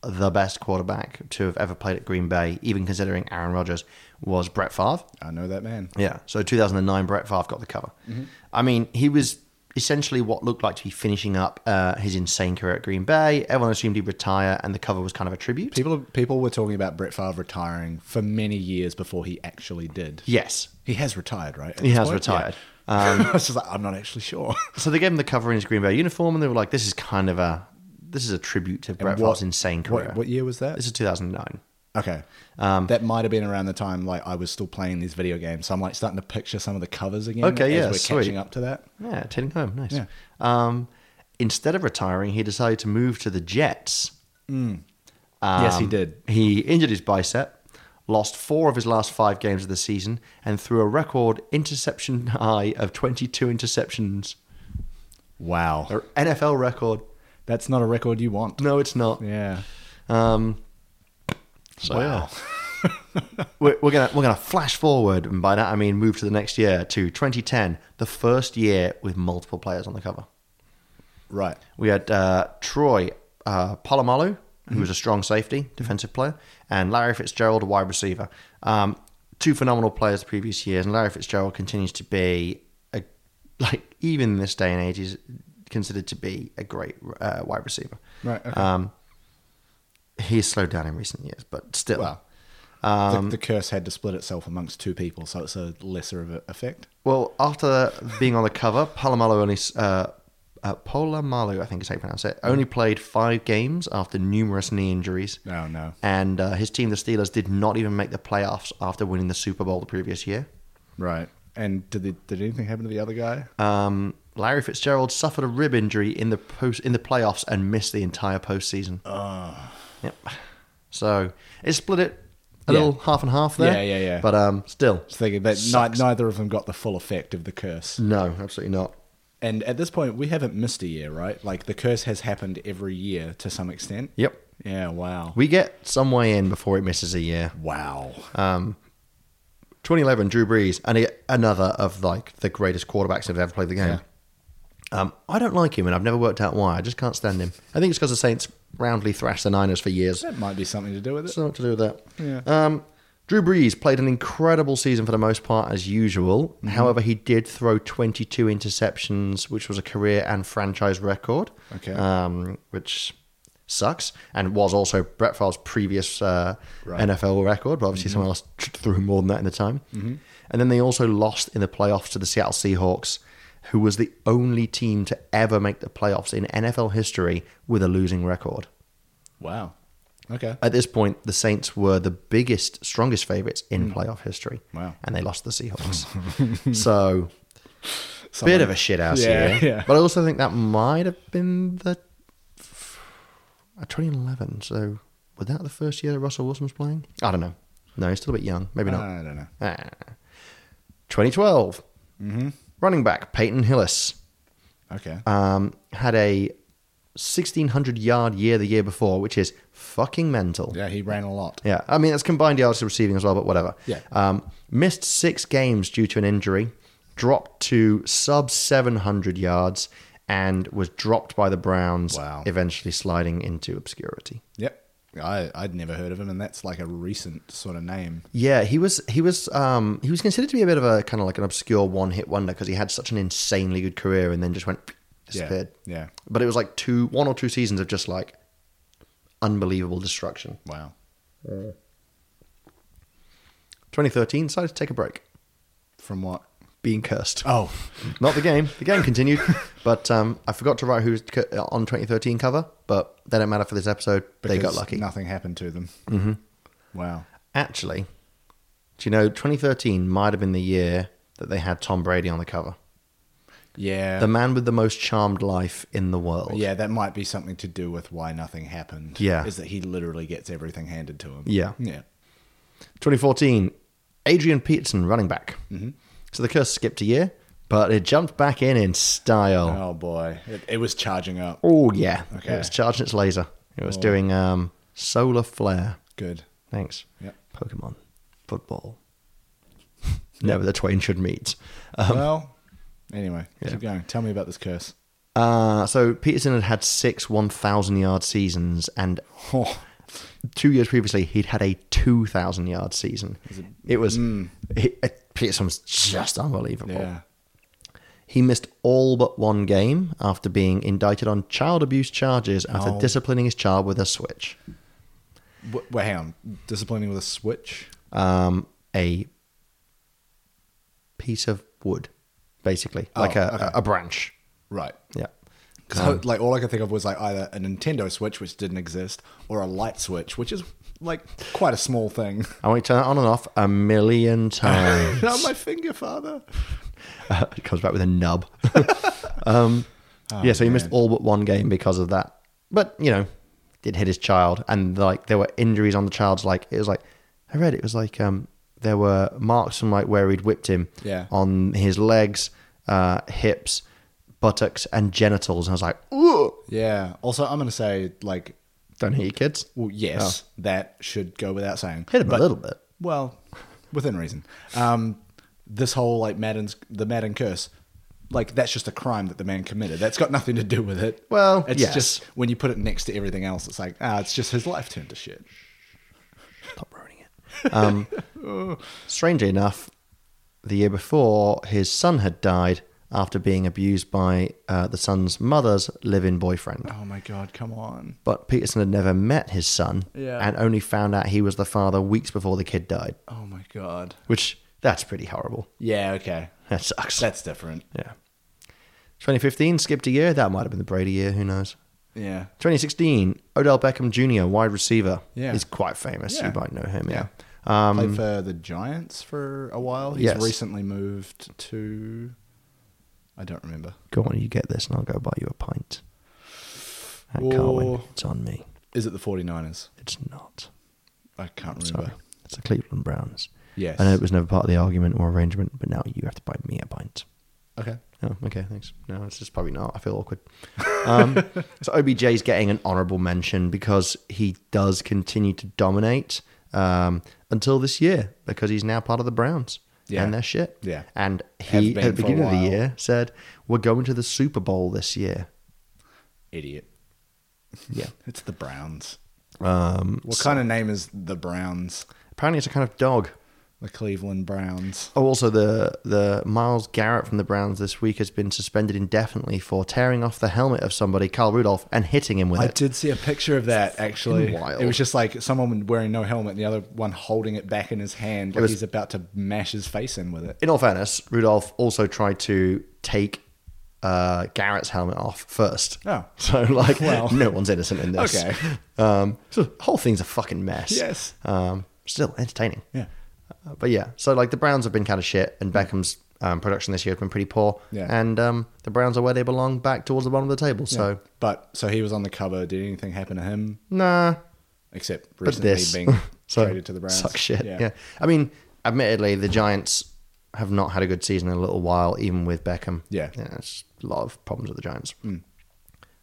B: the best quarterback to have ever played at Green Bay, even considering Aaron Rodgers, was Brett Favre.
A: I know that man.
B: Yeah. So 2009, Brett Favre got the cover.
A: Mm-hmm.
B: I mean, he was essentially what looked like to be finishing up uh, his insane career at Green Bay. Everyone assumed he'd retire, and the cover was kind of a tribute.
A: People people were talking about Brett Favre retiring for many years before he actually did.
B: yes.
A: He has retired, right? At
B: He
A: this
B: has
A: point?
B: retired. Um,
A: Yeah. [LAUGHS] I was just like, I'm not actually sure. [LAUGHS]
B: So they gave him the cover in his Green Bay uniform, and they were like, this is kind of a. This is a tribute to Brett Favre's insane
A: what-
B: career.
A: What, year was that?
B: This is 2009.
A: okay.
B: Um,
A: that might have been around the time like I was still playing these video games, so I'm like starting to picture some of the covers again.
B: Okay,
A: as
B: yeah,
A: we're
B: sweet.
A: catching up to that.
B: Yeah, taking home. Nice.
A: Yeah.
B: Um, instead of retiring, he decided to move to the Jets.
A: Mm. yes,
B: Um,
A: he did.
B: He injured his bicep, lost four of his last five games of the season, and threw a record interception high of 22 interceptions.
A: Wow,
B: An NFL record.
A: that's not a record you want.
B: No, it's not.
A: Yeah.
B: Um, so,
A: Wow.
B: yeah. we're, we're gonna we're gonna flash forward, and by that I mean move to the next year to 2010, the first year with multiple players on the cover.
A: Right.
B: We had uh, Troy uh, Polamalu, who was a strong
A: Mm-hmm.
B: safety, defensive player, and Larry Fitzgerald, a wide receiver. Um, two phenomenal players the previous years, and Larry Fitzgerald continues to be a, like even in this day and age is considered to be a great uh, wide receiver.
A: Right, okay.
B: Um, he's slowed down in recent years, but still.
A: Well, the, the curse had to split itself amongst two people, so it's a lesser of a effect.
B: Well, after being on the cover, Palomalu only uh, uh, Polamalu, I think is how you pronounce it, only played five games after numerous knee injuries.
A: Oh, no.
B: And uh, his team, the Steelers, did not even make the playoffs after winning the Super Bowl the previous year.
A: Right. And did the, did anything happen to the other guy?
B: Um, Larry Fitzgerald suffered a rib injury in the post in the playoffs and missed the entire postseason. Oh. Yep. So it split it a
A: Yeah.
B: little half and half there.
A: Yeah, yeah, yeah.
B: But um, still,
A: Just thinking that ni-
B: Sucks.
A: neither of them got the full effect of the curse.
B: no, absolutely not.
A: And at this point, we haven't missed a year, right? Like the curse has happened every year to some extent.
B: Yep.
A: Yeah. Wow.
B: We get some way in before it misses a year.
A: wow.
B: 2011, Drew Brees, and he- another of like the greatest quarterbacks that have ever played the game. Um, I don't like him, and I've never worked out why. I just can't stand him. I think it's because the Saints roundly thrashed the Niners for years.
A: that might be something to do with it.
B: Something to do with that.
A: Yeah.
B: Um, Drew Brees played an incredible season for the most part, as usual.
A: Mm-hmm.
B: However, he did throw 22 interceptions, which was a career and franchise record.
A: Okay.
B: Um, which sucks, and was also Brett Favre's previous uh,
A: Right. Mm-hmm.
B: NFL record, but obviously someone else t- threw more than that in the time. And then they also lost in the playoffs to the Seattle Seahawks, who was the only team to ever make the playoffs in NFL history with a losing record
A: Wow. Okay.
B: at this point, the Saints were the biggest, strongest favourites in playoff history.
A: Hmm. Wow.
B: And they lost to the Seahawks.
A: [LAUGHS]
B: so, bit of a shit house
A: Yeah,
B: here.
A: yeah.
B: But I also think that might have been the uh, 2011. So, was that the first year that Russell Wilson was playing? I don't know. No, he's still a bit young. Maybe not.
A: I don't know.
B: Ah. 2012.
A: Mm-hmm.
B: Running back Peyton Hillis
A: Okay.
B: um, had a 1600 yard year the year before, which is fucking mental.
A: yeah, he ran a lot.
B: Yeah, I mean that's combined yards to receiving as well, but whatever.
A: Yeah.
B: Um, missed six games due to an injury, dropped to sub seven hundred yards, and was dropped by the Browns.
A: Wow.
B: Eventually sliding into obscurity.
A: Yep. I I'd never heard of him, and that's like a recent sort of name.
B: Yeah, he was he was um, he was considered to be a bit of a kind of like an obscure one hit wonder because he had such an insanely good career and then just went [SNIFFS] disappeared.
A: Yeah.
B: But it was like two one or two seasons of just like unbelievable destruction.
A: Wow.
B: 2013 decided to take a break,
A: From what?
B: being cursed.
A: Oh.
B: Not the game. The game continued, [LAUGHS] but um, I forgot to write who's co- on 2013 cover, but they don't matter for this episode. they got
A: because
B: lucky.
A: Nothing happened to them. Mm-hmm. Wow.
B: Actually, do you know 2013 might have been the year that they had Tom Brady on the cover,
A: Yeah.
B: the man with the most charmed life in the world.
A: yeah, that might be something to do with why nothing happened.
B: Yeah.
A: Is that he literally gets everything handed to him.
B: Yeah.
A: Yeah.
B: 2014, Adrian Peterson, running back. Mm-hmm. So the curse skipped a year, but it jumped back in in style.
A: Oh boy. It, it was charging up.
B: Oh yeah,
A: Okay. Oh.
B: it was charging its laser. It was doing um, solar flare.
A: Good.
B: Thanks.
A: Yep.
B: Pokemon,
A: [LAUGHS]
B: football. Never the twain should meet. Um,
A: well, anyway, keep going. Tell me about this curse.
B: Uh, so Peterson had had six 1,000 yard seasons, and
A: [LAUGHS] Oh,
B: two years previously he'd had a 2,000 yard season. It, was he, uh, Peterson was just unbelievable.
A: Hmm. yeah.
B: He missed all but one game after being indicted on child abuse charges after
A: No.
B: disciplining his child with a switch.
A: W- wait, hang on. Disciplining with a switch?
B: um, a piece of wood, basically, like a,
A: Oh, okay.
B: a branch.
A: Right.
B: Yeah.
A: So,
B: Um,
A: like, all I could think of was like either a Nintendo Switch, which didn't exist, or a light switch, which is like quite a small thing.
B: I want to turn it on and off a [LAUGHS] million
A: [LAUGHS]
B: times.
A: Not my finger, father.
B: it comes back with a nub. [LAUGHS] um, yeah, so he missed all but one game because of that. But you know, did hit his child, and like there were injuries on the child's. Like it was like I read it was like um, there were marks from like where he'd whipped him
A: Yeah.
B: on his legs, uh, hips, buttocks, and genitals. And I was like, Ugh,
A: Yeah. Also, I'm going to say, like,
B: don't hit your kids.
A: well, yes, that should go without saying.
B: Hit him
A: But-
B: a little bit.
A: Well, within reason. Um, this whole, like, Madden's, the Madden curse, like that's just a crime that the man committed. That's got nothing to do with it.
B: Well,
A: it's
B: yes.
A: just when you put it next to everything else, it's like ah, it's just his life turned to shit.
B: Stop ruining it. Um, strangely enough, the year before, his son had died after being abused by uh, the son's mother's live-in boyfriend.
A: Oh my god, come on.
B: But Peterson had never met his son
A: Yeah.
B: and only found out he was the father weeks before the kid died,
A: Oh my god.
B: which that's pretty horrible.
A: Yeah, okay.
B: That sucks.
A: That's different.
B: yeah. 2015 skipped a year. That might have been the Brady year. Who knows?
A: Yeah.
B: 2016, Odell Beckham Jr., wide receiver.
A: Yeah.
B: He's quite famous.
A: Yeah.
B: You might know him. Yeah.
A: Played for the Giants for a while. He's
B: Um, Yes.
A: recently moved to I don't remember.
B: Go on, you get this, and I'll go buy you a pint. At
A: Whoa.
B: Carwin, it's on me.
A: Is it the 49ers?
B: It's not.
A: I can't remember.
B: Sorry. It's the Cleveland Browns.
A: Yes.
B: I know it was never part of the argument or arrangement, but now you have to buy me a pint.
A: Okay.
B: Oh, okay, thanks. No, it's just probably not. I feel [LAUGHS] awkward. Um, so OBJ's getting an honourable mention because he does continue to dominate um, until this year because he's now part of the Browns.
A: Yeah.
B: And they're shit.
A: Yeah.
B: And
A: Have
B: he,
A: been
B: at the
A: for a
B: beginning of the
A: while.
B: year, said, We're going to the Super Bowl this year.
A: Idiot.
B: Yeah.
A: [LAUGHS] It's the Browns.
B: Um,
A: What kind of name is the Browns?
B: apparently, it's a kind of dog.
A: The Cleveland Browns.
B: Oh, also the the Miles Garrett from the Browns this week has been suspended indefinitely for tearing off the helmet of somebody, Carl Rudolph, and hitting him with
A: I
B: it.
A: did see a picture of that actually.
B: wild.
A: It was just like someone wearing no helmet and the other one holding it back in his hand like
B: was-
A: he's about to mash his face in with it.
B: In all fairness, Rudolph also tried to take uh, Garrett's helmet off first.
A: Oh.
B: [LAUGHS] So like,
A: Well.
B: no one's innocent in this.
A: Okay.
B: Um, so the whole thing's a fucking mess.
A: Yes.
B: Um, still entertaining.
A: Yeah.
B: Uh, but yeah, so like the Browns have been kind of shit, and Beckham's um, production this year has been pretty poor.
A: Yeah.
B: And um, the Browns are where they belong, back towards the bottom of the table. So
A: But so he was on the cover. Did anything happen to him
B: nah.
A: except
B: but
A: recently
B: this [LAUGHS]
A: being
B: So,
A: traded to the Browns?
B: Suck shit. Yeah. I mean, admittedly, the Giants have not had a good season in a little while, even with Beckham.
A: Yeah. Hmm.
B: yeah it's a lot of problems with the Giants.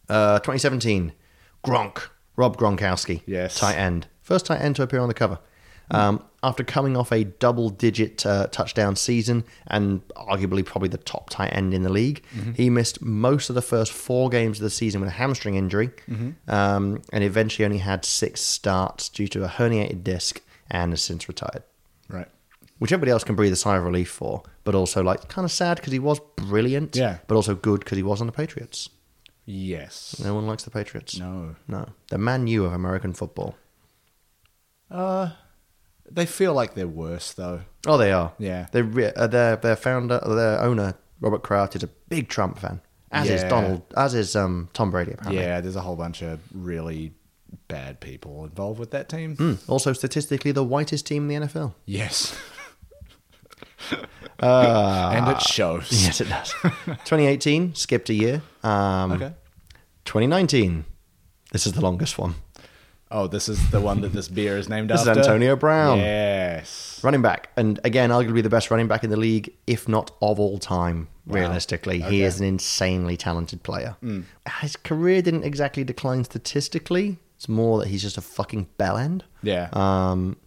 B: Uh, 2017, Gronk, Rob Gronkowski,
A: Yes.
B: tight end, first tight end to appear on the cover. Um, after coming off a double-digit uh, touchdown season and arguably probably the top tight end in the league,
A: Mm-hmm.
B: he missed most of the first four games of the season with a hamstring injury,
A: Mm-hmm.
B: um, and eventually only had six starts due to a herniated disc, and has since retired
A: Right.
B: which everybody else can breathe a sigh of relief for, but also like kind of sad because he was brilliant,
A: Yeah.
B: but also good because he was on the Patriots.
A: Yes.
B: No one likes the Patriots.
A: No.
B: no, the Man U of American football.
A: Uh, they feel like they're worse though.
B: Oh, they are.
A: Yeah.
B: they re- uh, their their founder, their owner Robert Kraft is a big Trump fan, as is
A: Yeah.
B: Donald, as is um Tom Brady apparently.
A: Yeah. There's a whole bunch of really bad people involved with that team.
B: Hmm. Also, statistically, the whitest team in the NFL.
A: Yes. [LAUGHS]
B: Uh,
A: and it shows.
B: yes, it [LAUGHS] does. 2018 skipped a year. Um,
A: Okay.
B: 2019. This is the longest one.
A: Oh, this is the one that this beer
B: [LAUGHS]
A: is named
B: This is
A: after.
B: Antonio Brown.
A: Yes.
B: Running back, and again, arguably the best running back in the league, if not of all time.
A: Wow.
B: Realistically,
A: Okay. Mm.
B: he is an insanely talented player. His career didn't exactly decline statistically. It's more that he's just a fucking bell end.
A: Yeah.
B: Um,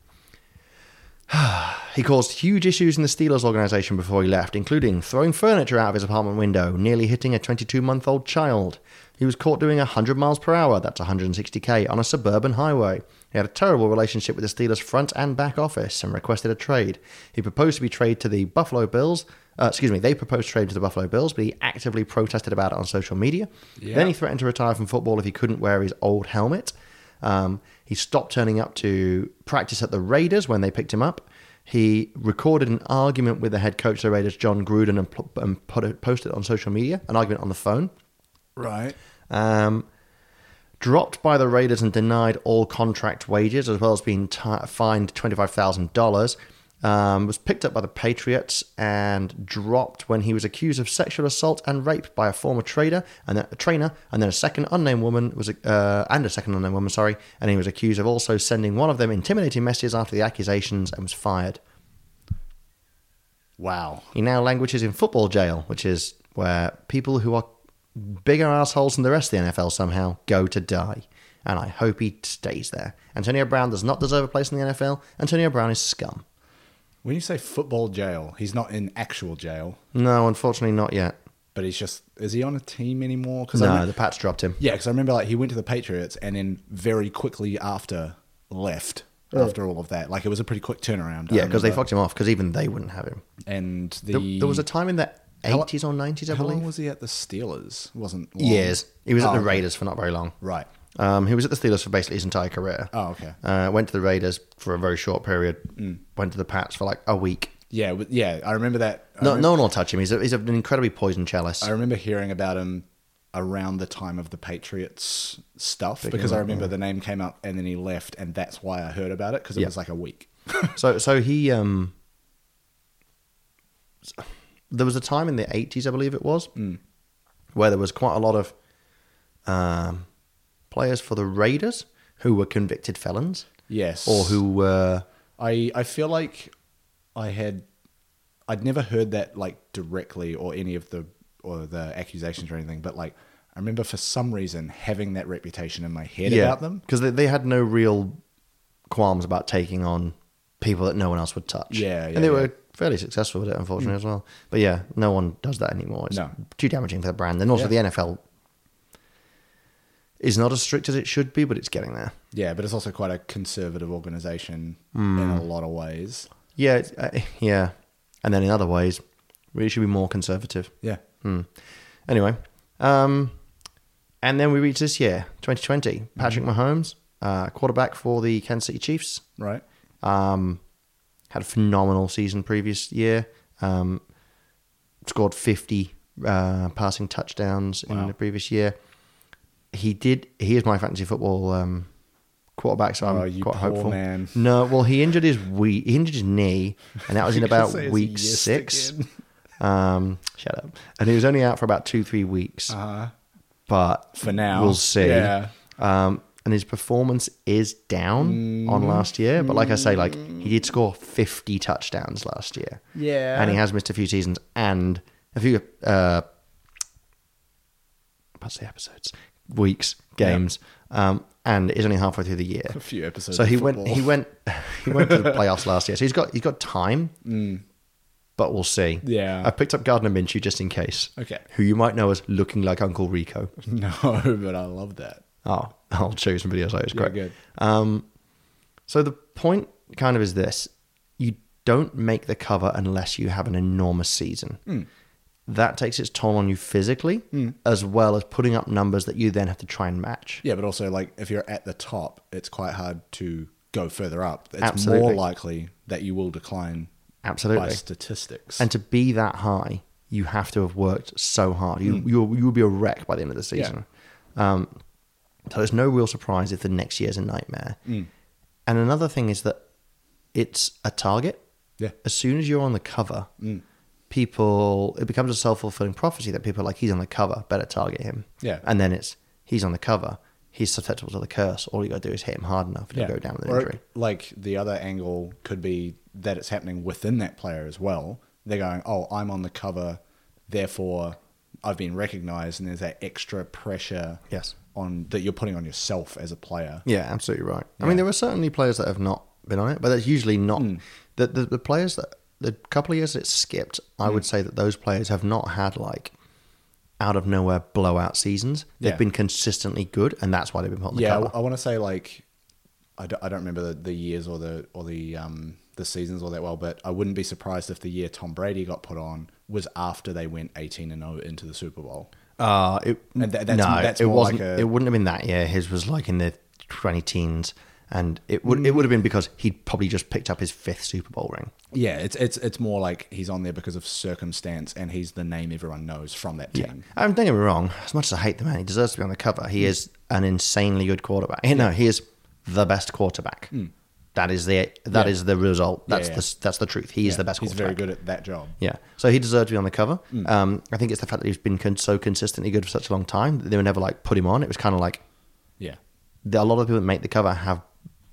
B: he caused huge issues in the Steelers organization before he left, including throwing furniture out of his apartment window, nearly hitting a 22 month old child. He was caught doing 100 miles per hour, that's 160k, on a suburban highway. He had a terrible relationship with the Steelers' front and back office and requested a trade. He proposed to be traded to the Buffalo Bills. Uh, excuse me, they proposed trade to the Buffalo Bills, but he actively protested about it on social media.
A: Yeah.
B: Then he threatened to retire from football if he couldn't wear his old helmet. Um, he stopped turning up to practice at the Raiders when they picked him up. He recorded an argument with the head coach of the Raiders, John Gruden, and, pl- and put it, posted it on social media, an argument on the phone.
A: right.
B: Um, dropped by the Raiders and denied all contract wages, as well as being ti fined $25,000. Um, was picked up by the Patriots and dropped when he was accused of sexual assault and rape by a former trader and then, a trainer, and then a second unnamed woman was uh, and a second unnamed woman, sorry, and he was accused of also sending one of them intimidating messages after the accusations and was fired.
A: Wow.
B: He now languishes in football jail, which is where people who are bigger assholes than the rest of the NFL somehow go to die. And I hope he stays there. Antonio Brown does not deserve a place in the NFL. Antonio Brown is scum.
A: When you say football jail, he's not in actual jail,
B: No, unfortunately, not yet.
A: but he's just is he on a team anymore? Because
B: No, the Pats dropped him.
A: yeah, because I remember like he went to the Patriots and then very quickly after left after all of that. Like it was a pretty quick turnaround. I
B: Oh. Yeah, because they
A: remember.
B: fucked him off because even they wouldn't have him.
A: and the
B: There, there was a time in the
A: How lo-
B: 80s or 90s, I
A: how long
B: believe.
A: was he at the Steelers? Wasn't long.
B: Years. He was at
A: Oh,
B: the
A: okay.
B: Raiders for not very long.
A: Right.
B: Um, he was at the Steelers for basically his entire career.
A: Oh, okay. Mm.
B: Uh, went to the Raiders for a very short period. Went to the Pats for like a week.
A: Yeah, w- yeah. I remember that. I
B: No,
A: remember-
B: no one will touch him. He's, a, he's an incredibly poisoned chalice.
A: I remember hearing about him around the time of the Patriots stuff because I remember the name came up and then he left, and that's why I heard about it because it
B: Yeah.
A: was like a week.
B: so so he um s- there was a time in the 80s i believe it was
A: Hmm.
B: where there was quite a lot of um players for the raiders who were convicted felons
A: Yes.
B: or who were
A: I I feel like I had I'd never heard that like directly or any of the or the accusations or anything, but like I remember for some reason having that reputation in my head about them.
B: because they, they had no real qualms about taking on people that no one else would touch
A: Yeah, yeah,
B: and they
A: yeah.
B: were fairly successful with it unfortunately as well but yeah no one does that anymore it's
A: No.
B: too damaging for the brand and also
A: Yeah.
B: the nfl is not as strict as it should be but it's getting there
A: Yeah, but it's also quite a conservative organization in
B: Hmm.
A: a lot of ways.
B: Yeah, it's- uh, [LAUGHS] yeah. And then in other ways, we should be more conservative.
A: Yeah.
B: Hmm. Anyway, um, and then we reach this year, 2020. Patrick
A: Mm-hmm.
B: Mahomes, uh, quarterback for the Kansas City Chiefs,
A: Right.
B: um, had a phenomenal season previous year. Um, scored 50 uh, passing touchdowns
A: Wow.
B: in the previous year. He did. He is my fantasy football um, quarterback, so
A: Oh,
B: I'm
A: you
B: quite
A: poor
B: hopeful.
A: man.
B: No, well, he injured his we he injured his knee, and that was
A: [LAUGHS]
B: in
A: You
B: about
A: say it's
B: week
A: yes
B: six.
A: again. [LAUGHS]
B: Um, shut up. And he was only out for about two, three weeks.
A: Uh,
B: but
A: for now.
B: we'll see.
A: Yeah.
B: Um, and his performance is down on
A: Mm.
B: last year, but like I say, like he did score fifty touchdowns last year.
A: Yeah.
B: and he has missed a few seasons and a few. Uh, about to say episodes, weeks, games, um, and is only halfway through the year.
A: a few episodes.
B: So he
A: of
B: went.
A: football.
B: He went. He
A: [LAUGHS]
B: went to the playoffs last year. So he's got. He's got time. But we'll see.
A: Mm. Yeah. [LAUGHS]
B: I picked up Gardner Minshew just in case.
A: Okay.
B: Who you might know as looking like Uncle Rico.
A: No, but I love that.
B: Oh, I'll [LAUGHS] show you some videos later. It's
A: Yeah,
B: great.
A: good.
B: Um, so the point kind of is this: you don't make the cover unless you have an enormous season.
A: Hmm.
B: That takes its toll on you physically, as well as putting up numbers that you then have to try and match.
A: Yeah, but also like if you're at the top, it's quite hard to go further up. It's more
B: Absolutely.
A: likely that you will decline by
B: Absolutely.
A: statistics.
B: And to be that high, you have to have worked so hard. You
A: Hmm.
B: you you will be a wreck by the end of the season. Um, so it's no real surprise if the next year's a nightmare.
A: Hmm.
B: And another thing is that it's a target.
A: Yeah. Hmm.
B: As soon as you're on the cover, people it becomes a self fulfilling prophecy that people are like he's on the cover, better target him.
A: Yeah.
B: And then it's he's on the cover, he's susceptible to the curse. All you got to do is hit him hard enough, and he'll go down with an
A: Or,
B: injury.
A: Like the other angle could be that it's happening within that player as well. They're going, "Oh, I'm on the cover, therefore I've been recognized," and there's that extra pressure
B: Yes.
A: on that you're putting on yourself as a player.
B: Yeah, absolutely right. I mean, there are certainly players that have not been on it, but that's usually not
A: Hmm.
B: the, the the players that the couple of years that it's skipped. I
A: Hmm.
B: would say that those players have not had like out of nowhere blowout seasons. They've
A: Yeah.
B: been consistently good, and that's why they've been put on the
A: yeah, I-
B: cover.
A: I, want to say like I don't, I don't remember the, the years or the or the um the seasons all that well, but I wouldn't be surprised if the year Tom Brady got put on was after they went eighteen and zero into the Super Bowl.
B: Uh, it,
A: And tha- that's-
B: no,
A: that's
B: it
A: more
B: wasn't.
A: like a-
B: It wouldn't have been that year. His was like in the twenty teens, and it would
A: Hmm.
B: it would have been because he'd probably just picked up his fifth Super Bowl ring.
A: Yeah, it's it's it's more like he's on there because of circumstance, and he's the name everyone knows from that team.
B: I mean, don't get me wrong. As much as I hate the man, he deserves to be on the cover. He
A: Hmm.
B: is an insanely good quarterback. No, he is the best quarterback. That is the that
A: Hmm. Yeah.
B: is the result. That's
A: yeah.
B: the that's the truth. He is the best.
A: He's very
B: Quarterback.
A: good Hmm. at that job.
B: Yeah, so he deserved to be on the cover. Um, I think it's the fact that he's been con- so consistently good for such a long time that they were never like put him on. It was kind of like
A: Yeah,
B: the, a lot of people that make the cover have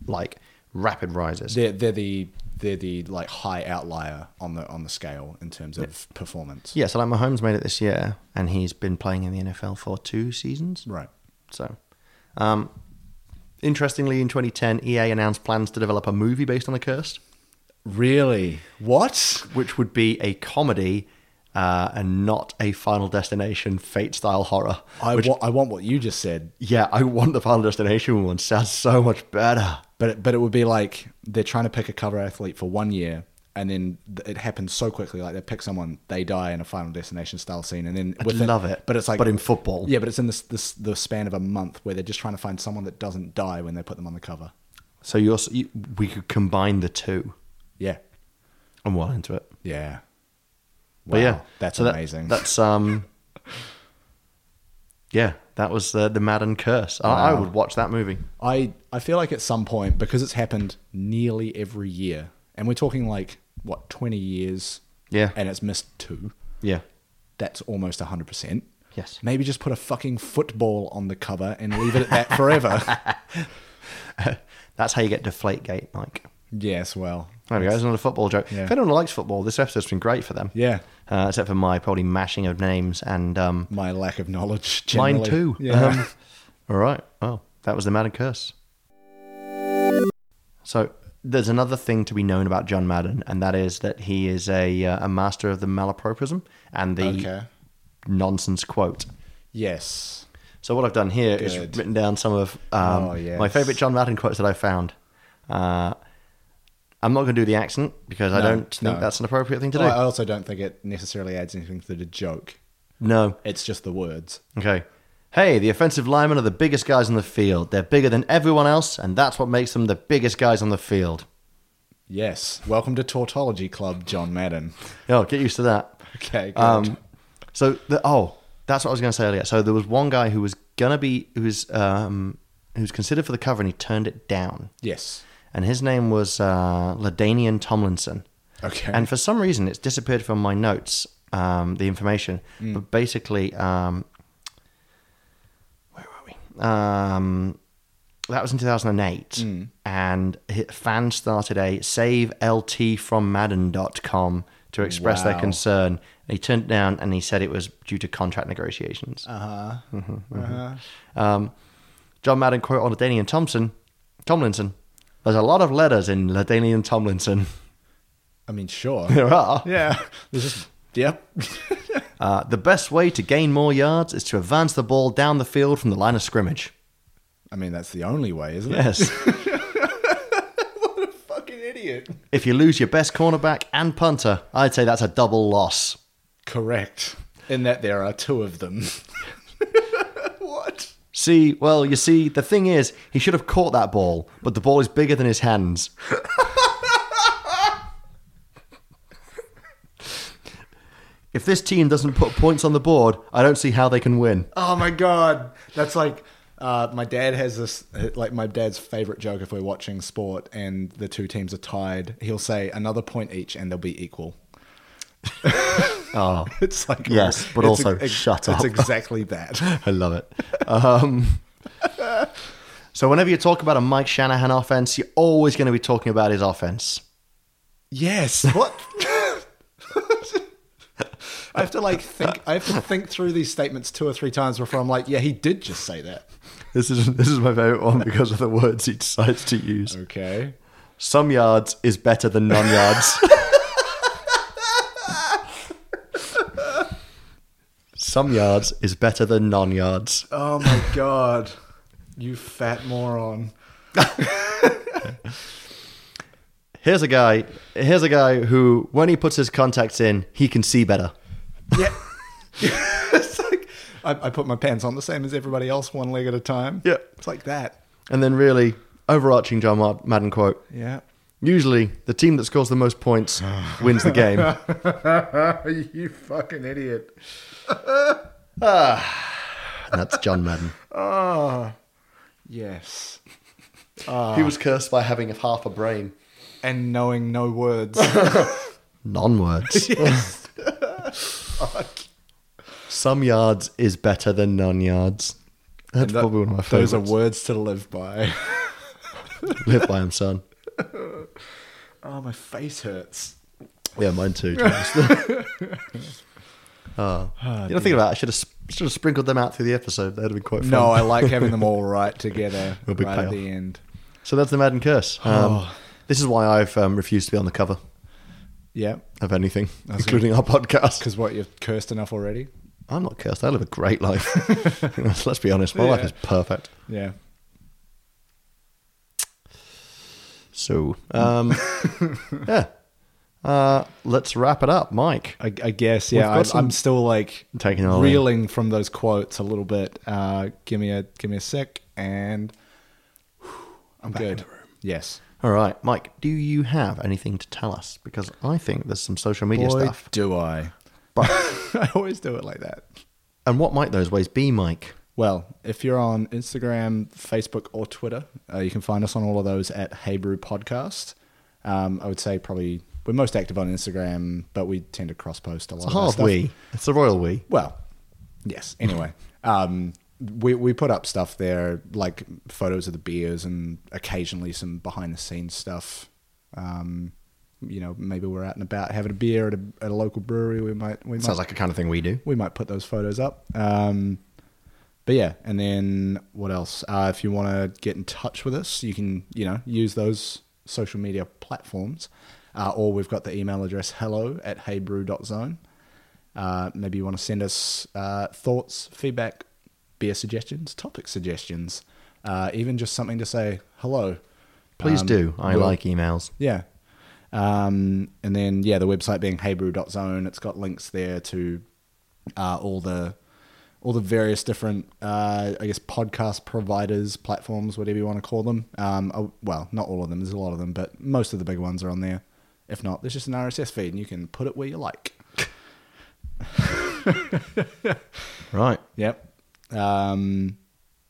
B: like rapid rises.
A: they're they're the they're the like high outlier on the on the scale in terms of performance.
B: Yeah, so like Mahomes made it this year, and he's been playing in the NFL for two seasons.
A: Right.
B: So, um, interestingly, in 2010, EA announced plans to develop a movie based on the curse,
A: Really? What?
B: which would be a comedy uh, and not a Final Destination Fate style horror.
A: I,
B: which-
A: wa- I want what you just said,
B: yeah, I want the Final Destination one. Sounds so much better.
A: but it, but it would be like they're trying to pick a cover athlete for one year. And then th- it happens so quickly. Like they pick someone, they die in a Final Destination style scene, and then
B: I'd
A: within-
B: love it.
A: But it's like
B: but in football.
A: Yeah, but it's in this, this the span of a month where they're just trying to find someone that doesn't die when they put them on the cover.
B: So you're, s- you, we could combine the two.
A: Yeah,
B: I'm well into it.
A: yeah.
B: But yeah,
A: that's
B: so that-
A: amazing.
B: that's um, yeah, that was the the Madden curse. I, I
A: Wow.
B: would watch that movie.
A: I I feel like at some point because it's happened nearly every year, and we're talking like what twenty years.
B: Yeah.
A: and it's missed two.
B: Yeah,
A: That's almost hundred percent.
B: Yes.
A: Maybe just put a fucking football on the cover and leave it at that forever.
B: [LAUGHS] that's how you get Deflategate, Mike.
A: yes. Well.
B: There we go. There's another football joke.
A: Yeah.
B: If anyone likes football, this episode's been great for them.
A: Yeah.
B: Uh, except for my probably mashing of names and um,
A: My lack of knowledge.
B: mine
A: generally.
B: too.
A: Yeah. [LAUGHS]
B: Um, all right. Well, that was the Madden curse. So there's another thing to be known about John Madden, and that is that he is a uh, a master of the malapropism and the
A: okay.
B: nonsense quote.
A: Yes.
B: So what I've done here is
A: Good.
B: written down some of um,
A: Oh, yes.
B: my favorite John Madden quotes that I found. Uh, I'm not going to do the accent because I
A: No,
B: don't think
A: no.
B: that's an appropriate thing to do.
A: Well, I also don't think it necessarily adds anything to the joke.
B: no.
A: It's just the words.
B: Okay. Hey, the offensive linemen are the biggest guys on the field. They're bigger than everyone else, and that's what makes them the biggest guys on the field.
A: Yes. Welcome to Tautology Club, John Madden.
B: Oh, get used to that.
A: Okay, good.
B: Um, so the, oh, that's what I was going to say earlier. So there was one guy who was gonna be who was um, who was considered for the cover, and he turned it down.
A: yes.
B: and his name was uh, Ladanian Tomlinson.
A: Okay.
B: And for some reason, it's disappeared from my notes, um, the information.
A: Hmm.
B: But basically, um, where were we? Um, that was in 2008.
A: Hmm.
B: And hi- fans started a saveltfrommadden.com to express their
A: Wow.
B: concern. And he turned it down and he said it was due to contract negotiations.
A: Uh huh. Uh-huh.
B: Um, John Madden quote on Ladanian Thompson, Tomlinson. There's a lot of letters in Ladanian Tomlinson. [LAUGHS]
A: I mean, sure.
B: there are.
A: yeah. This is. Yep. [LAUGHS]
B: Uh, the best way to gain more yards is to advance the ball down the field from the line of scrimmage.
A: I mean, that's the only way, isn't it?
B: Yes.
A: Fucking idiot.
B: if you lose your best cornerback and punter, I'd say that's a double loss.
A: Correct. In that there are two of them. [LAUGHS] what?
B: See, well, you see, the thing is, he should have caught that ball, but the ball is bigger than his hands. [LAUGHS] if this team doesn't put points on the board, I don't see how they can win.
A: Oh my god, that's like uh, my dad has this like my dad's favorite joke if we're watching sport and the two teams are tied. He'll say another point each and they'll be equal. [LAUGHS]
B: Oh,
A: It's like
B: Yes, but
A: it's
B: also, shut up.
A: It's [LAUGHS] exactly that.
B: I love it. Um, so, whenever you talk about a Mike Shanahan offense, you're always going to be talking about his offense.
A: Yes. What? [LAUGHS] I have to like think. I have to think through these statements two or three times before I'm like, yeah, he did just say that.
B: This is this is my favorite one because of the words he decides to use.
A: Okay.
B: Some yards is better than none yards. Some yards is better than non yards.
A: Oh my god, you fat moron.
B: Here's a guy. Here's a guy who, when he puts his contacts in, he can see better.
A: Yeah. [LAUGHS] it's like I, I put my pants on the same as everybody else, one leg at a time.
B: Yeah.
A: It's like that.
B: And then, really, overarching John Mad- Madden quote: [LAUGHS]
A: Yeah.
B: Usually, the team that scores the
A: [SIGHS]
B: most points wins the game.
A: you fucking idiot.
B: And that's John Madden.
A: Oh. Yes. Ah.
B: He was cursed by having half a brain.
A: And knowing no
B: [LAUGHS]
A: words.
B: Non words.
A: [LAUGHS] yes.
B: Some yards is better than none yards. That's
A: That-
B: probably one of my favorites.
A: Those are words to live
B: [LAUGHS]
A: by.
B: Live by him, son.
A: Oh, my face hurts.
B: Yeah, mine too. James.
A: [LAUGHS]
B: [LAUGHS] oh.
A: Ah,
B: you know, think about it. I should have should have sprinkled them out through the episode. That'd have been quite fun.
A: No, I like having them all right together
B: [LAUGHS] It'll be
A: right at
B: payoff.
A: the end.
B: So that's the Madden curse. Um,
A: Oh.
B: This is why I've um, refused to be on the cover.
A: Yeah.
B: of anything,
A: was
B: including our podcast.
A: Because what, you're cursed enough already?
B: I'm not cursed. I live a great life. [LAUGHS] Let's be honest, my life
A: Yeah.
B: is perfect.
A: Yeah.
B: So, um,
A: [LAUGHS]
B: yeah. Uh, let's wrap it up, Mike.
A: I, I guess,
B: We've
A: yeah.
B: got
A: I'm,
B: some-
A: I'm still like
B: Taking it all in.
A: reeling from those quotes a little bit. Uh, give me a give me a sec, and I'm good. Yes,
B: All right, Mike, do you have anything to tell us? Because I think there's some social media
A: Boy,
B: stuff.
A: do I? [LAUGHS]
B: But-
A: I always do it like that.
B: And what might those ways be, Mike?
A: Well, if you're on Instagram, Facebook, or Twitter, uh, you can find us on all of those at Hey Brew Podcast. Um, I would say probably we're most active on Instagram, but we tend to cross post a lot.
B: It's a
A: of our
B: hard
A: stuff.
B: we. It's a royal we.
A: Well, yes. Anyway, um, we we put up stuff there, like photos of the beers and occasionally some behind the scenes stuff. Um, you know, maybe we're out and about having a beer at a, at a local brewery. We might we might
B: Sounds like a kind of thing we do.
A: we might put those photos up. Um, but yeah, and then what else? Uh, if you want to get in touch with us, you can you know use those social media platforms, uh, or we've got the email address hello at heybrew.zone. Uh, maybe you want to send us uh, thoughts, feedback, beer suggestions, topic suggestions, uh, even just something to say hello.
B: Please
A: Um,
B: do. I
A: we'll-
B: like emails.
A: yeah. Um, and then, yeah, the website being heybrew.zone, it's got links there to uh, all the all the various different, uh, I guess, podcast providers, platforms, whatever you want to call them. Um, oh, well, not all of them. There's a lot of them, but most of the big ones are on there. If not, there's just an RSS feed, and you can put it where you like.
B: Right.
A: Yep. Um,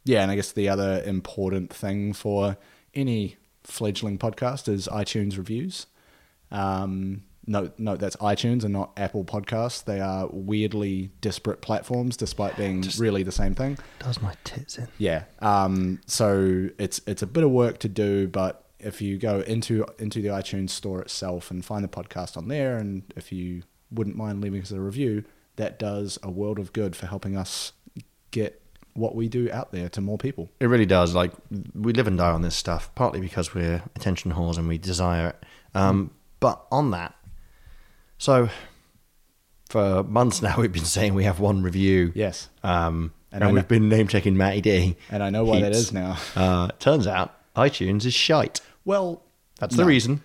A: yeah, and I guess the other important thing for any fledgling podcast is iTunes reviews. Um, note, note that's iTunes and not Apple Podcasts. They are weirdly disparate platforms, despite being really the same thing.
B: Does my tits in.
A: Yeah. Um, so it's it's a bit of work to do, but if you go into into the iTunes store itself and find the podcast on there, and if you wouldn't mind leaving us a review, that does a world of good for helping us get what we do out there to more people.
B: It really does. Like we live and die on this stuff, partly because we're attention whores and we desire it.
A: Mm.
B: Um, But on that, so for months [LAUGHS] now we've been saying we have one review.
A: Yes.
B: Um,
A: And
B: and
A: I
B: we've been name checking Matty D.
A: And I know why that
B: Heaps.
A: is now.
B: [LAUGHS] Uh, turns out iTunes is shite.
A: Well,
B: That's the
A: no.
B: reason.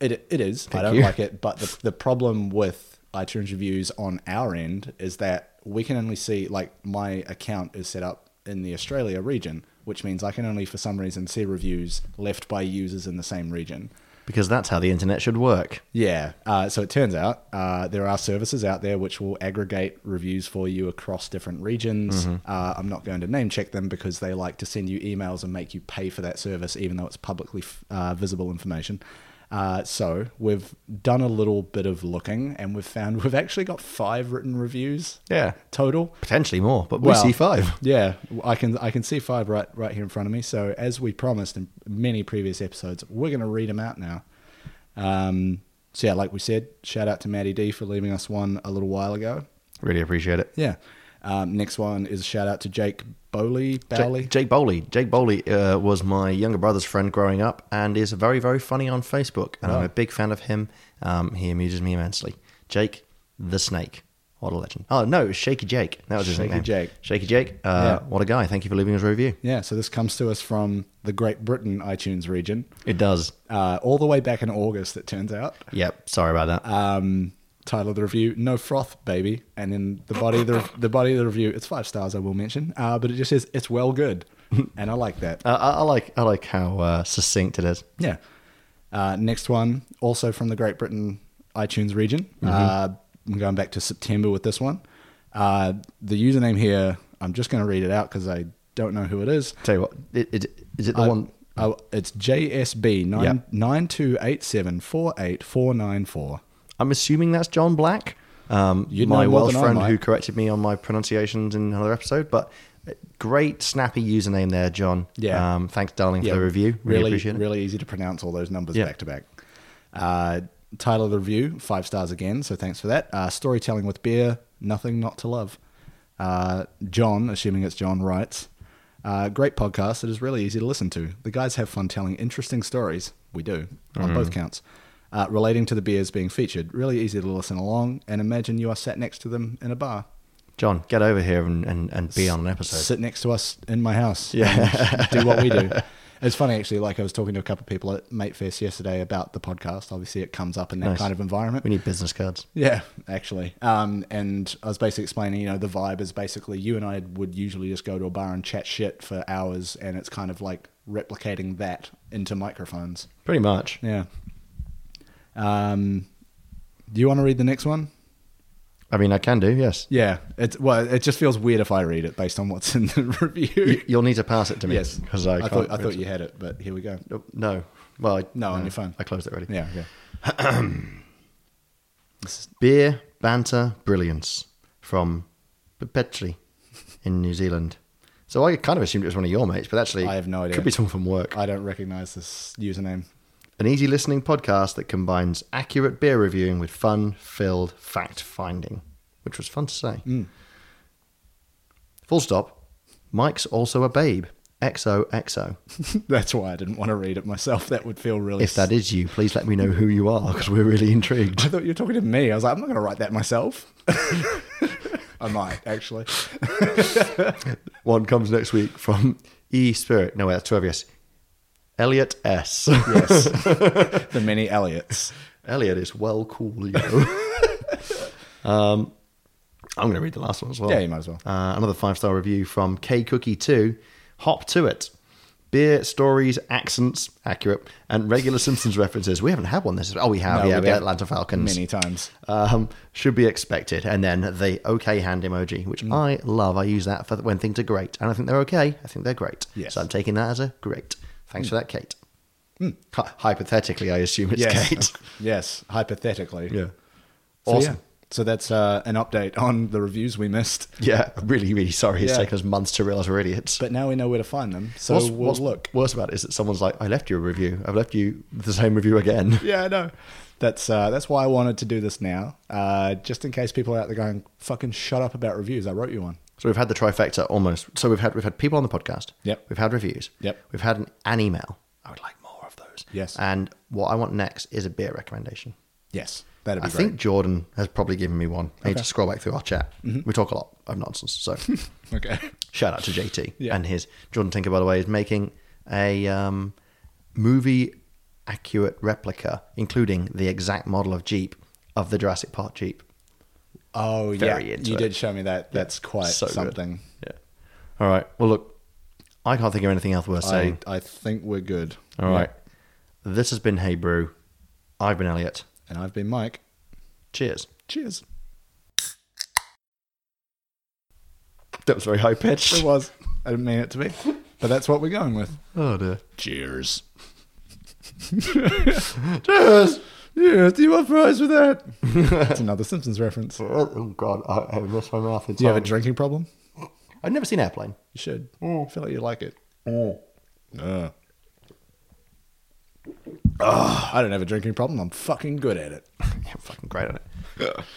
A: It, it is. I
B: Thank
A: don't
B: you.
A: like it. But the, the problem with iTunes reviews on our end is that we can only see, like, my account is set up in the Australia region, which means I can only, for some reason, see reviews left by users in the same region.
B: Because that's how the internet should work.
A: Yeah. Uh, so it turns out uh, there are services out there which will aggregate reviews for you across different regions. Uh, I'm not going to name check them because they like to send you emails and make you pay for that service, even though it's publicly f- uh, visible information. Uh, so we've done a little bit of looking and we've found [LAUGHS] we've actually got five written reviews
B: Yeah.
A: total.
B: Potentially more, but
A: Well,
B: we see five. [LAUGHS]
A: Yeah, I can I can see five right right here in front of me. So as we promised in many previous episodes, we're going to read them out now. Um, so yeah, like we said, shout out to Maddie D for leaving us one a little while ago.
B: Really appreciate it.
A: Yeah. Um, next one is a shout out to Jake Bowley. Bowley.
B: Jake, Jake Bowley. Jake Bowley uh, was my younger brother's friend growing up and is very, very funny on Facebook. And I'm a big fan of him. Um, he amuses me immensely. Jake the Snake. What a legend. Oh, no, it was Shaky Jake. That was his
A: Shaky
B: nickname.
A: Jake.
B: Shaky Jake. Uh,
A: Yeah.
B: What a guy. Thank you for leaving us a review.
A: Yeah. So this comes to us from the Great Britain iTunes region,
B: It does.
A: uh, all the way back in August. It turns out.
B: Yep. Sorry about that.
A: Um, title of the review: No froth, baby. And in the body of the the body of the review, it's five stars. I will mention, uh, but it just says it's well
B: [LAUGHS]
A: good, and I like that.
B: Uh, I, I like I like how uh, succinct it is.
A: Yeah. Uh, next one, also from the Great Britain iTunes region.
B: Mm-hmm.
A: Uh, I'm going back to September with this one. Uh, the username here, I'm just going to read it out because I don't know who it is.
B: Tell you what, it, it, is it the
A: I-
B: one?
A: I- it's JSB
B: Yeah.
A: nine nine two eight seven four eight four nine four.
B: I'm assuming that's John Black, um,
A: You'd
B: my
A: know more
B: Welsh
A: than I
B: friend
A: might.
B: who corrected me on my pronunciations in another episode. But uh, great snappy username there, John.
A: Yeah.
B: Um, thanks, darling,
A: Yeah,
B: for the review. Really,
A: really,
B: appreciate it.
A: really easy to pronounce all those numbers
B: Yeah.
A: back to back. Uh, title of the review, five stars again, so thanks for that. Uh, storytelling with beer, nothing not to love. Uh, John, assuming it's John, writes, uh, great podcast
B: Mm-hmm.
A: that is really easy to listen to. The guys have fun telling interesting stories. We do, on both counts. uh, relating to the beers being featured. Really easy to listen along and imagine you are sat next to them in a bar.
B: John, get over here and, and, and be on an episode.
A: Sit next to us in my house.
B: Yeah.
A: and do what we do. It's funny actually. Like I was talking to a couple of people at Matefest yesterday about the podcast. Obviously, it comes up in that
B: Nice.
A: kind of environment.
B: we need business cards.
A: Yeah, actually. Um, and I was basically explaining, you know, the vibe is basically you and I would usually just go to a bar and chat shit for hours, and it's kind of like replicating that into microphones.
B: Pretty much.
A: Yeah. Um, do you want to read the next one?
B: I mean, I can do, yes.
A: Yeah. It's well, it just feels weird if I read it based on what's in the [LAUGHS] review.
B: You, you'll need to pass it to me.
A: yes,
B: Because I,
A: thought
B: can't-
A: I thought you had it, but here we go.
B: Oh, No. Well, I,
A: No, on your phone.
B: I closed it already.
A: Yeah. Yeah.
B: Beer, banter, brilliance from Petri in New Zealand. So I kind of assumed it was one of your mates, but actually,
A: I have no idea.
B: Could be someone from work.
A: I don't recognize this username. [LAUGHS]
B: An easy listening podcast that combines accurate beer reviewing with fun filled fact finding, which was fun to say.
A: Hmm.
B: Full stop. Mike's also a babe. XOXO.
A: That's why I didn't want to read it myself. That would feel really
B: If that is you, please let me know who you are because we're really intrigued.
A: I thought you were talking to me. I was like, I'm not going to write that
B: [LAUGHS]
A: myself. I might actually.
B: One comes next week from E Spirit. No, wait, that's 12 yes. Elliot S. [LAUGHS]
A: Yes, the many Elliots.
B: Elliot is well cool, you
A: [LAUGHS]
B: know. um, I'm going to read the last one as well.
A: Yeah, you might as well.
B: Uh, another five star review from K Cookie Two. Hop to it. Beer stories, accents, accurate, and regular [LAUGHS] Simpsons references. We haven't had one this. Oh, we have.
A: No,
B: yeah,
A: we
B: we had
A: don't.
B: Atlanta Falcons.
A: Many times.
B: Um, should be expected. And then the OK hand emoji, which
A: Mm.
B: I love. I use that for when things are great, and I think they're okay. I think they're great.
A: Yes. Mm.
B: So I'm taking that as a great. Thanks for that, Kate. Hy- hypothetically, I assume it's
A: Yes, [LAUGHS]
B: Kate.
A: yes. Hypothetically,
B: Yeah.
A: So,
B: Awesome.
A: yeah. So that's uh, an update on the reviews we missed,
B: Yeah, I'm really, really sorry. It's
A: Yeah.
B: taken us months to realize we're idiots.
A: but now we know where to find them. So we'll look.
B: worse about it is that someone's like, I left you a review. I've left you the same
A: [LAUGHS]
B: review again.
A: Yeah, I know. That's uh, that's why I wanted to do this now, uh, just in case people are out there going, "Fucking shut up about reviews." I wrote you one.
B: So we've had the trifecta almost. So we've had we've had people on the podcast.
A: Yep.
B: We've had reviews.
A: Yep.
B: We've had an, an email. I would like more of those.
A: Yes.
B: And what I want next is a beer recommendation.
A: Yes, that'd be
B: I
A: great. Mm-hmm.
B: think Jordan has probably given me one. I need to scroll back through our chat. We talk a lot of nonsense. So
A: okay.
B: shout out to JT
A: Yeah.
B: and his Jordan Tinker. By the way, is making a um, movie accurate replica, including the exact model of Jeep of the Jurassic Park Jeep.
A: Oh
B: Very
A: yeah,
B: into
A: you
B: it.
A: did show me that. That's quite
B: So good.
A: something.
B: Yeah. All right. Well, look, I can't think of anything else worth
A: I,
B: saying.
A: I think we're good.
B: All right. This has been Hey Brew. I've been Elliot.
A: And I've been Mike.
B: Cheers.
A: Cheers.
B: That was very high pitched.
A: It was. I didn't mean it to be, but that's what we're going with.
B: Oh dear.
A: [LAUGHS] Cheers.
B: Cheers.
A: Yeah, do you want fries with [LAUGHS] that? That's another Simpsons reference. Do
B: Oh god, I, I missed my mouth. in
A: you have a
B: time.
A: drinking problem?
B: I've never seen [LAUGHS] Airplane.
A: You should. I feel like you like it. Uh. Ah, I don't have a drinking problem. I'm fucking good at it.
B: I'm fucking great at it.